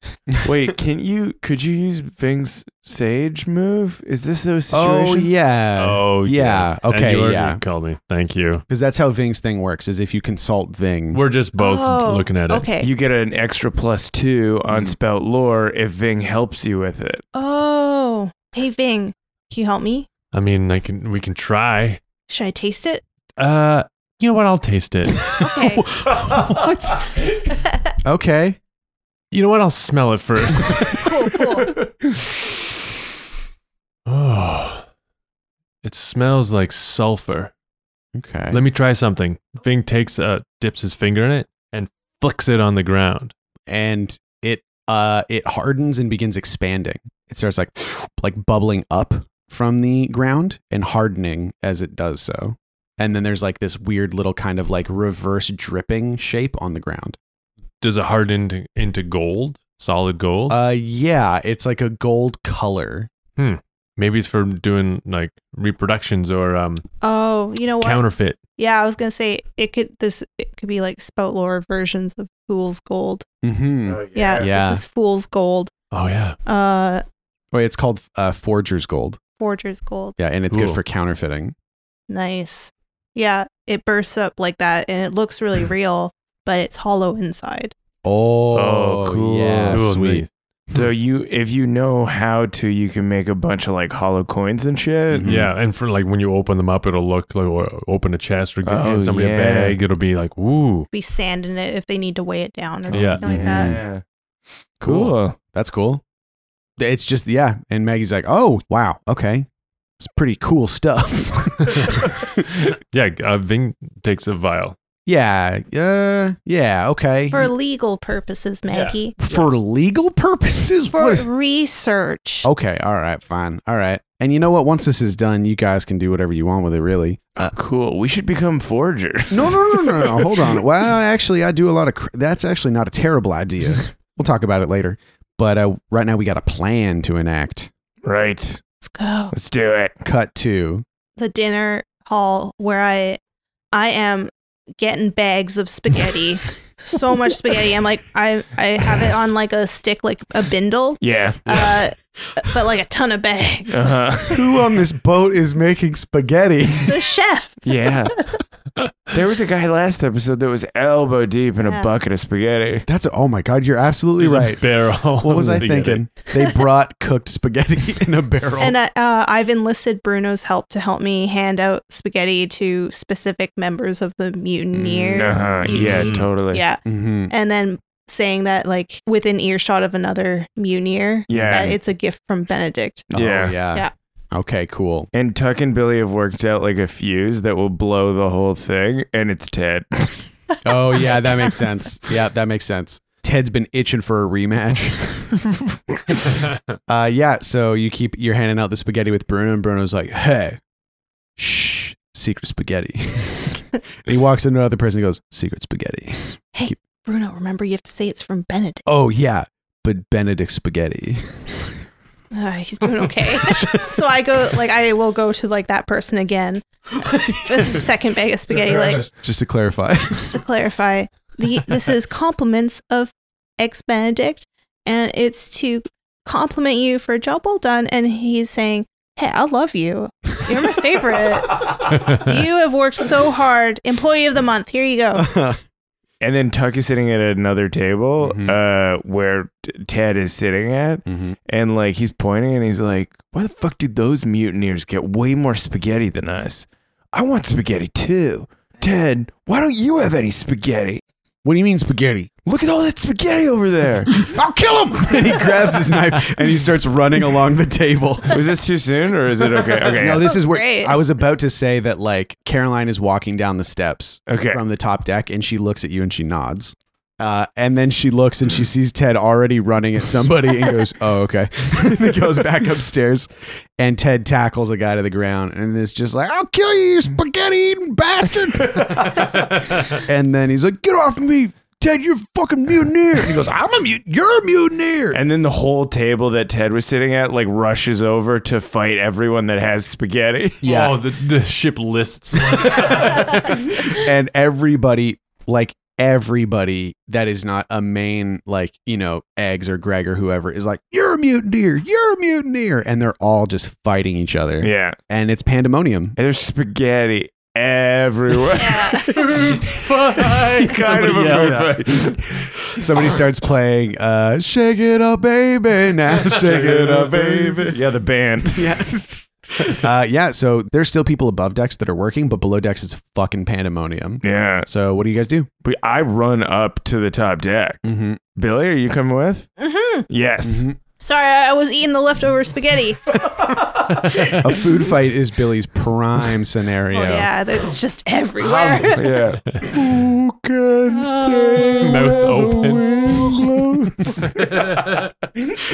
S3: Wait, can you? Could you use Ving's sage move? Is this the
S1: Oh
S3: situation?
S1: yeah.
S5: oh
S1: yeah.
S5: yes. And
S1: Okay,
S5: you already
S1: yeah.
S5: Called me. Thank you.
S1: Because that's how Ving's thing works. Is if you consult Ving.
S5: We're just both looking at it.
S4: Oh, Okay.
S3: You get an extra plus two on
S1: Mm.
S3: spout lore if Ving helps you with it.
S4: oh. Hey, Ving, can you help me?
S5: I mean, I can. We can try.
S4: Should I taste it?
S5: Uh, you know what? I'll taste it.
S4: Okay.
S1: what? okay.
S5: you know what? I'll smell it first.
S4: cool, cool.
S5: oh, it smells like sulfur.
S1: Okay.
S5: Let me try something. Ving takes uh dips his finger in it and flicks it on the ground.
S1: and it uh it hardens and begins expanding. It starts like like bubbling up from the ground and hardening as it does so. And then there's like this weird little kind of like reverse dripping shape on the ground.
S5: Does it harden into, into gold? Solid gold?
S1: Uh yeah, it's like a gold color.
S5: Maybe it's for doing like reproductions or um
S4: Oh, you know what?
S5: counterfeit.
S4: yeah, I was gonna say it could. This it could be like spout lore versions of fool's gold.
S5: Mm-hmm.
S1: Mhm.
S3: Oh,
S4: Yeah.
S1: Yeah.
S4: This is fool's gold.
S5: Oh yeah.
S4: Uh,
S1: Wait, it's called uh, Forger's Gold.
S4: forger's gold.
S1: Yeah, and it's good
S5: Cool.
S1: for counterfeiting.
S4: Nice. Yeah, it bursts up like that, and it looks really real, but it's hollow inside.
S1: Oh,
S3: cool.
S1: Yeah,
S5: Ooh,
S1: sweet.
S5: neat.
S3: So you, if you know how to, you can make a bunch of like hollow coins and shit.
S1: Mhm.
S5: Yeah, and for like when you open them up, it'll look like or open a chest or give
S3: Oh,
S5: hand somebody
S3: yeah.
S5: a bag. It'll be like, ooh,
S4: We sand in it if they need to weigh it down or
S5: Yeah.
S4: something like that.
S3: Yeah. Cool.
S1: That's cool. It's just yeah, and Maggie's like, "Oh, wow. Okay. It's pretty cool stuff."
S5: yeah. Uh, Ving takes a vial.
S1: Yeah. Uh, yeah. Okay.
S4: For legal purposes, Maggie.
S1: For legal purposes?
S4: For
S1: What is- Oh.
S4: research.
S1: okay. All right. Fine. All right. And you know what? Once this is done, you guys can do whatever you want with it, really.
S4: Oh,
S1: Uh,
S3: Cool. We should become forgers.
S1: no, no, no, no, no. Hold on. Well, actually, I do a lot of. Cr- that's actually not a terrible idea. We'll talk about it later. But uh, right now, we got a plan to enact.
S3: Right.
S4: Let's go.
S3: Let's do it.
S1: Cut to.
S4: The dinner hall where I I am getting bags of spaghetti. so much spaghetti. I'm like I I have it on like a stick like a bindle.
S3: Yeah.
S4: Uh but like a ton of bags.
S3: Uh-huh.
S1: Who on this boat is making spaghetti?
S4: The chef.
S3: yeah. There was a guy last episode that was elbow deep in
S4: Yeah.
S3: a bucket of spaghetti.
S1: That's. Oh my God. You're absolutely
S5: There's a
S1: right.
S5: barrel.
S1: What was I
S5: to get it.
S1: thinking? They brought cooked spaghetti in a barrel.
S3: Oh.
S4: And uh, uh, I've enlisted Bruno's help to help me hand out spaghetti to specific members of the mutineer.
S3: Uh-huh. Yeah,
S4: mutiny.
S3: totally.
S4: Yeah.
S1: mm-hmm.
S4: and then saying that like within earshot of another mutineer
S3: Yeah.
S4: that it's a gift from benedict
S1: Oh,
S3: Yeah.
S1: yeah.
S4: Yeah.
S1: Okay, cool.
S3: And Tuck and Billy have worked out like a fuse that will blow the whole thing, and it's Ted.
S1: Oh, yeah, that makes sense. Yeah, that makes sense. Ted's been itching for a rematch. Uh, yeah, so you keep you're handing out the spaghetti with Bruno, and Bruno's like, "Hey, shh, secret spaghetti." and he walks into another person and goes, "Secret spaghetti."
S4: bruno remember you have to say it's from benedict
S1: Oh yeah, but Benedict spaghetti.
S4: uh, he's doing okay so i go like i will go to like that person again the second bag of spaghetti like
S1: just, just to clarify.
S4: just to clarify the this is compliments of ex benedict and it's to compliment you for a job well done and he's saying hey i love you you're my favorite you have worked so hard. Employee of the month. Here you go.
S3: And then Tuck is sitting at another table
S1: Mhm.
S3: uh, where t- Ted is sitting at,
S1: Mhm.
S3: and like he's pointing and he's like, "Why the fuck do those mutineers get way more spaghetti than us? I want spaghetti too." Ted, why don't you have any spaghetti?
S1: What do you mean spaghetti?
S3: Look at all that spaghetti over there.
S1: I'll kill him! and he grabs his knife and he starts running along the table.
S3: Was this too soon or is it okay? Okay.
S1: No, this
S4: That's
S1: is where
S4: great.
S1: I was about to say that like Caroline is walking down the steps
S3: Okay.
S1: from the top deck and she looks at you and she nods. Uh, and then she looks and she sees Ted already running at somebody and goes, Oh, okay. and he goes back upstairs and Ted tackles a guy to the ground and is just like, I'll kill you, you spaghetti eating bastard. and then he's like, Get off me, Ted, you're a fucking mutineer. And he goes, I'm a mut. You're a mutineer.
S3: And then the whole table that Ted was sitting at like rushes over to fight everyone that has spaghetti.
S5: Oh, the, the ship lists.
S1: and everybody like everybody that is not a main like you know eggs or greg or whoever is like you're a mutineer you're a mutineer and they're all just fighting each other
S3: Yeah.
S1: and it's pandemonium
S3: And there's spaghetti everywhere.
S4: Yeah.
S5: Fight.
S3: kind of
S5: Somebody yelled
S3: a
S5: that.
S3: buffet.
S1: somebody starts playing uh shake it up baby now shake it up baby
S3: Yeah, the band.
S1: yeah uh yeah so there's still people above decks that are working but below decks is fucking pandemonium
S3: Yeah.
S1: so what do you guys do
S3: But I run up to the top deck.
S1: mm-hmm.
S3: Billy, are you coming with?
S4: Mhm.
S3: Yes.
S4: Sorry, I was eating the leftover spaghetti.
S1: a food fight is billy's prime scenario
S4: Oh, yeah, it's just everywhere.
S3: Yeah. Who can say
S5: Mouth open.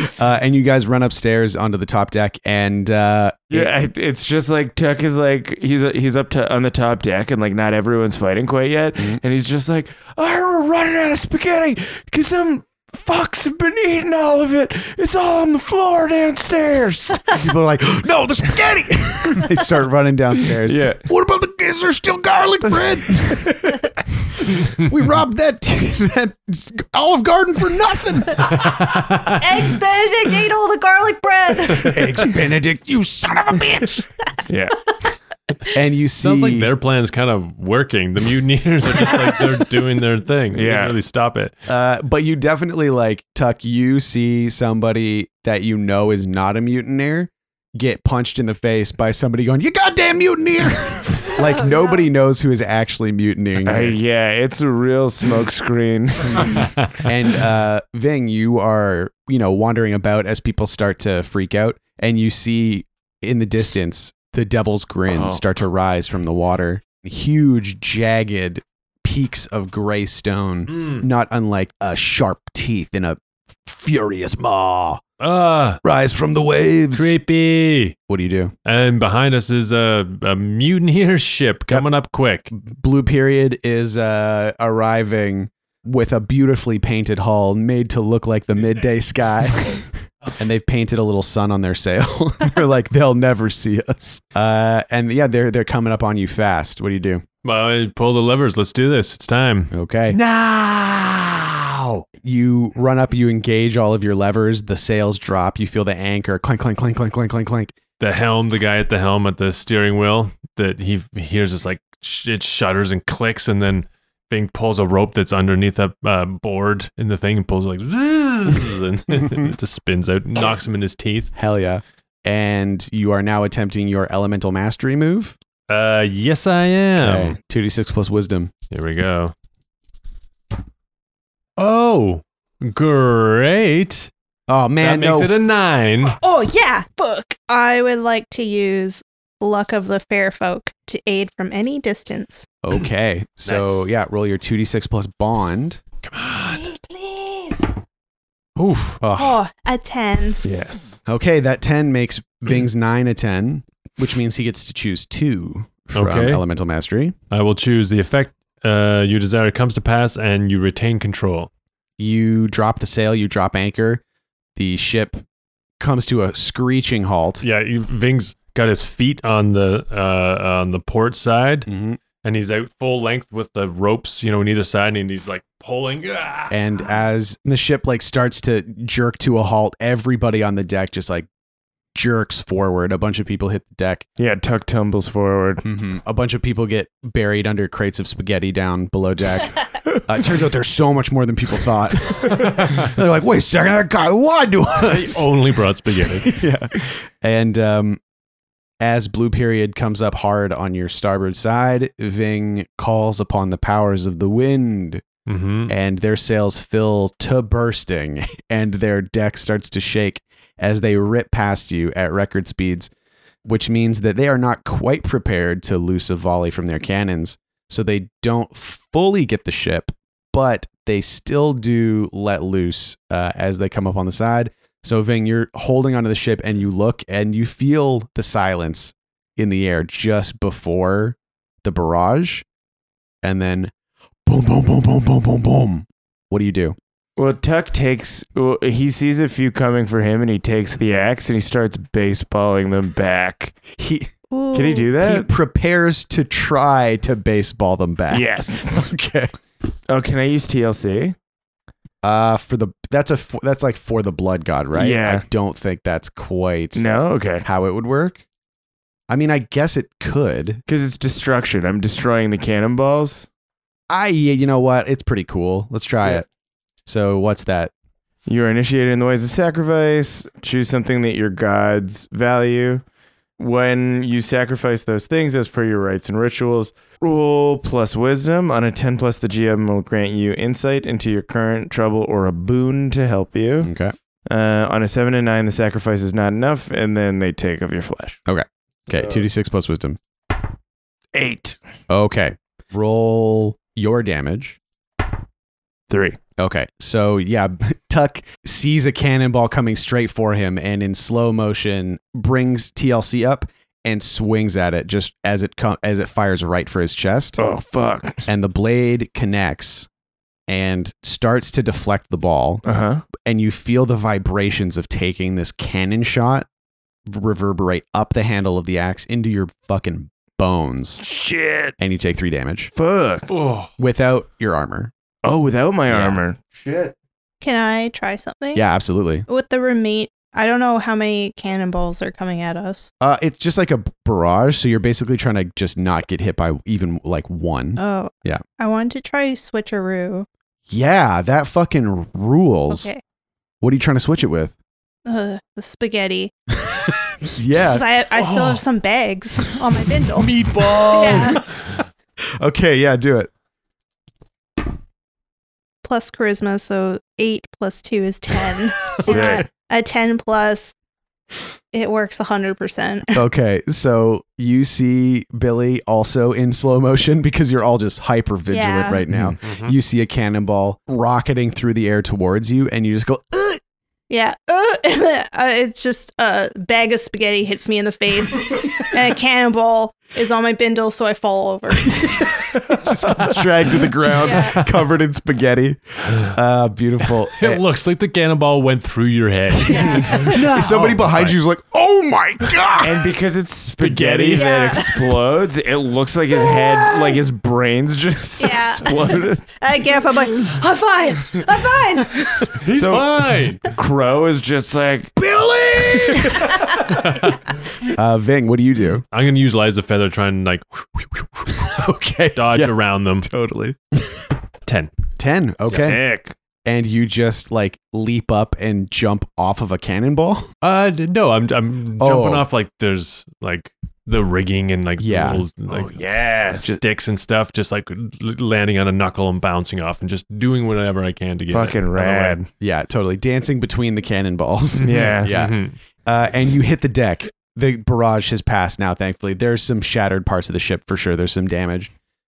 S1: uh, and you guys run upstairs onto the top deck and uh,
S3: Yeah, it- it's just like Tuck is like he's he's up to on the top deck and like not everyone's fighting quite yet, and he's just like, "Oh, we're running out of spaghetti because some fucks have been eating all of it. It's all on the floor downstairs."
S1: people are like, no, the spaghetti. they start running downstairs.
S3: Yeah.
S1: What about the, is there still garlic bread? we robbed that, that Olive Garden for nothing.
S4: Eggs Benedict ate all the garlic bread.
S1: Eggs Benedict, you son of a bitch.
S3: yeah,
S1: And you see.
S5: Sounds like their plan's kind of working. The mutineers are just like they're doing their thing. They
S3: Yeah.
S5: can't really stop it.
S1: Uh, but you definitely like Tuck. You see somebody that you know is not a mutineer get punched in the face by somebody going, "You goddamn mutineer!" like nobody knows who is actually mutineering.
S3: Uh,
S1: here.
S3: yeah, it's a real smokescreen.
S1: and uh, Ving, you are you know wandering about as people start to freak out, and you see in the distance the devil's grin
S3: Oh.
S1: start to rise from the water. Huge, jagged peaks of gray stone
S5: Mm.
S1: not unlike a sharp teeth in a furious maw
S5: Ah,
S1: rise from the waves.
S5: creepy.
S1: What do you do?
S5: And behind us is a, a mutineer ship coming up quick.
S1: Blue Period is uh, arriving with a beautifully painted hull made to look like the midday sky. And they've painted a little sun on their sail. they're like they'll never see us. Uh, and yeah, they're they're coming up on you fast. What do you do?
S5: Well, pull the levers. Let's do this. It's time.
S1: Okay. Now you run up, you engage all of your levers. The sails drop. You feel the anchor clank, clank, clank, clank, clank, clank, clank.
S5: The helm, the guy at the helm at the steering wheel, that he f- hears this like sh- it shudders and clicks, and then Fink pulls a rope that's underneath a uh, board in the thing and pulls it like "Zzzz," and it just spins out, knocks him in his teeth.
S1: Hell yeah. And you are now attempting your elemental mastery move.
S5: Uh, yes, I am.
S1: Okay. 2d6 plus wisdom.
S5: Here we go. Oh, great!
S1: Oh man,
S5: that makes
S1: no.
S5: it a nine.
S4: oh yeah, book. I would like to use luck of the fair folk to aid from any distance.
S1: okay. So
S5: Nice.
S1: yeah, roll your 2d6 plus bond.
S4: Please.
S5: Oof.
S1: Oh.
S4: Oh, a ten.
S3: yes.
S1: Okay, that 10 makes Bing's 9 a 10, which means he gets to choose 2 from
S5: Okay.
S1: elemental mastery.
S5: I will choose the effect uh, you desire comes to pass, and you retain control.
S1: You drop the sail, you drop anchor. The ship comes to a screeching halt.
S5: Yeah, you, Ving's got his feet on the uh, on the port side,
S1: Mhm.
S5: and he's out full length with the ropes, you know, on either side, and he's like pulling. Ah!
S1: And as the ship like starts to jerk to a halt, everybody on the deck just like jerks forward. A bunch of people hit the deck.
S3: Yeah, Tuck tumbles forward.
S1: hmm A bunch of people get buried under crates of spaghetti down below deck. uh, it turns out there's so much more than people thought. They're like, wait a second, that guy lied to
S5: They
S1: us.
S5: only brought spaghetti.
S1: yeah. And um, as Blue Period comes up hard on your starboard side, Ving calls upon the powers of the wind,
S5: mm-hmm.
S1: and their sails fill to bursting, and their deck starts to shake as they rip past you at record speeds, which means that they are not quite prepared to loose a volley from their cannons. So they don't fully get the ship, but they still do let loose uh, as they come up on the side. So, Ving, you're holding onto the ship and you look and you feel the silence in the air just before the barrage. And then boom, boom, boom, boom, boom, boom, boom. What do you do?
S3: Well, Tuck takes. Well, he sees a few coming for him, and he takes the axe and he starts baseballing them back.
S1: He
S3: Can he do
S1: Oh, he
S3: that?
S1: prepares to try to baseball them back.
S3: Yes.
S1: Okay.
S3: oh, can I use TLC?
S1: Uh, for the that's a f- that's like for the blood god, right?
S3: Yeah.
S1: I don't think that's quite
S3: No. Okay.
S1: how it would work. I mean, I guess it could.
S3: Because it's destruction. I'm destroying the cannonballs.
S1: I you know what? It's pretty cool. Let's try
S3: Yeah.
S1: it. So what's that?
S3: You are initiated in the ways of sacrifice. Choose something that your gods value. When you sacrifice those things as per your rites and rituals, roll plus wisdom on a 10 plus the GM will grant you insight into your current trouble or a boon to help you.
S1: Okay.
S3: Uh, on a 7 and 9, the sacrifice is not enough, and then they take of your flesh.
S1: Okay.
S3: So-
S1: Two d six plus wisdom.
S3: 8.
S1: Okay. Roll your damage.
S3: 3.
S1: Okay. So, yeah, Tuck sees a cannonball coming straight for him and in slow motion brings TLC up and swings at it just as it com- as it fires right for his chest
S3: Oh, fuck.
S1: and the blade connects and starts to deflect the ball
S3: Uh huh.
S1: and you feel the vibrations of taking this cannon shot reverberate up the handle of the axe into your fucking bones
S3: Shit.
S1: and you take 3 damage
S3: Fuck.
S5: Oh,
S1: without your armor.
S3: Oh, without my
S1: Yeah.
S3: armor.
S4: Can I try something?
S1: Yeah, absolutely.
S4: With the remain, I don't know how many cannonballs are coming at us.
S1: Uh, it's just like a barrage, so you're basically trying to just not get hit by even like one.
S4: Oh.
S1: Mm. Yeah.
S4: I wanted to try switcheroo.
S1: yeah, that fucking rules.
S4: Okay.
S1: What are you trying to switch it with?
S4: Ugh, the spaghetti.
S1: Yeah.
S4: 'Cause I, I still
S5: Oh.
S4: have some bags on my
S1: Oh.
S4: bindle.
S5: meatballs.
S4: Yeah.
S1: okay, yeah, do it.
S4: plus charisma, so eight plus two is ten.
S3: Sick.
S4: a ten plus, it works hundred percent.
S1: Okay, so you see Billy also in slow motion because you're all just hyper vigilant
S4: Yeah.
S1: right now.
S5: Mm-hmm.
S1: You see a cannonball rocketing through the air towards you, and you just go, "Ugh."
S4: Yeah, uh, uh, it's just a bag of spaghetti hits me in the face, and a cannonball is on my bindle, so I fall over.
S1: just get dragged to the ground,
S4: Yeah.
S1: covered in spaghetti. Uh, beautiful.
S5: It looks like the cannonball went through your head.
S1: And Somebody
S5: Oh,
S1: behind
S5: right.
S1: you's like, oh my God.
S3: And because it's spaghetti,
S5: Spaghetti?
S3: that
S4: Yeah.
S3: explodes, it looks like his head, like his brains just
S4: Yeah.
S3: exploded.
S4: I get up, I'm like, I'm fine, I'm fine.
S5: He's
S3: So-
S5: fine.
S3: Crow is just like,
S5: Billy!
S1: Uh, Ving, what do you do?
S5: I'm going to use Liza Feather trying to like
S1: Okay.
S5: dodge
S1: Yeah,
S5: around them.
S1: Totally.
S5: 10.
S1: 10. Okay.
S3: sick.
S1: And you just like leap up and jump off of a cannonball.
S5: Uh, d- no, I'm, I'm
S1: Oh.
S5: jumping off like there's like the rigging and like the
S1: Yeah.
S5: little, like
S3: oh, yes.
S5: sticks and stuff, just like l- landing on a knuckle and bouncing off and just doing whatever I can to get it.
S3: Fucking
S5: out of the way.
S3: rad.
S1: Yeah, totally. Dancing between the cannonballs.
S3: Yeah.
S1: Mm-hmm. yeah.
S5: Mhm.
S1: Uh, and you hit the deck. The barrage has passed now, thankfully. There's some shattered parts of the ship for sure. There's some damage,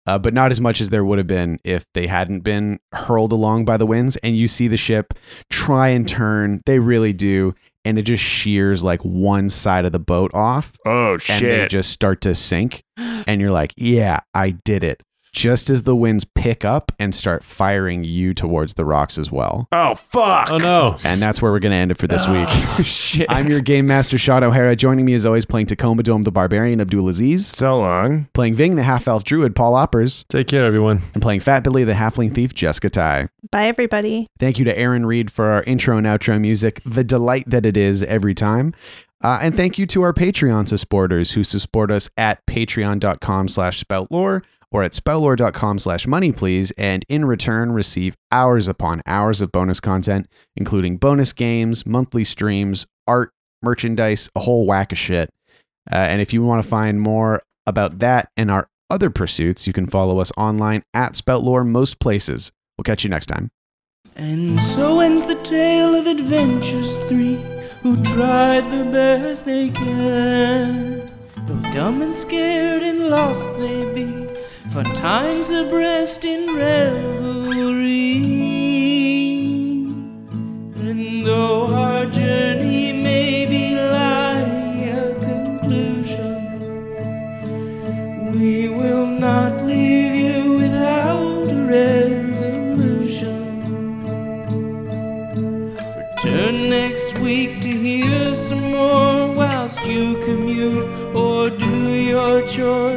S1: uh, but not as much as there would have been if they hadn't been hurled along by the winds. And you see the ship try and turn. They really do. And it just shears like one side of the boat off.
S3: Oh,
S1: and they
S3: shit.
S1: just start to sink and you're like yeah i did it just as the winds pick up and start firing you towards the rocks as well
S3: oh, fuck.
S5: Oh no.
S1: and that's where we're going to end it for this week
S3: Oh, shit.
S1: i'm your game master Shad o'hara joining me as always playing tacoma dome the barbarian abdulaziz
S3: So long.
S1: playing ving the half-elf druid paul oppers
S5: Take care, everyone.
S1: and playing fat billy the halfling thief jessica ty
S4: Bye, everybody.
S1: Thank you to Aaron Reed for our intro and outro music, the delight that it is every time. Uh, and thank you to our Patreon supporters who support us at patreon.com slash spoutlore or at spoutlore.com slash money please and in return receive hours upon hours of bonus content including bonus games monthly streams art merchandise a whole whack of shit uh, and if you want to find more about that and our other pursuits you can follow us online at spoutlore most places we'll catch you next time
S2: And so ends the tale of adventures three who tried the best they can. Though dumb and scared and lost they be, for time's abreast in revelry. And though our journey may be lying a conclusion, we will not leave you without a resolution. your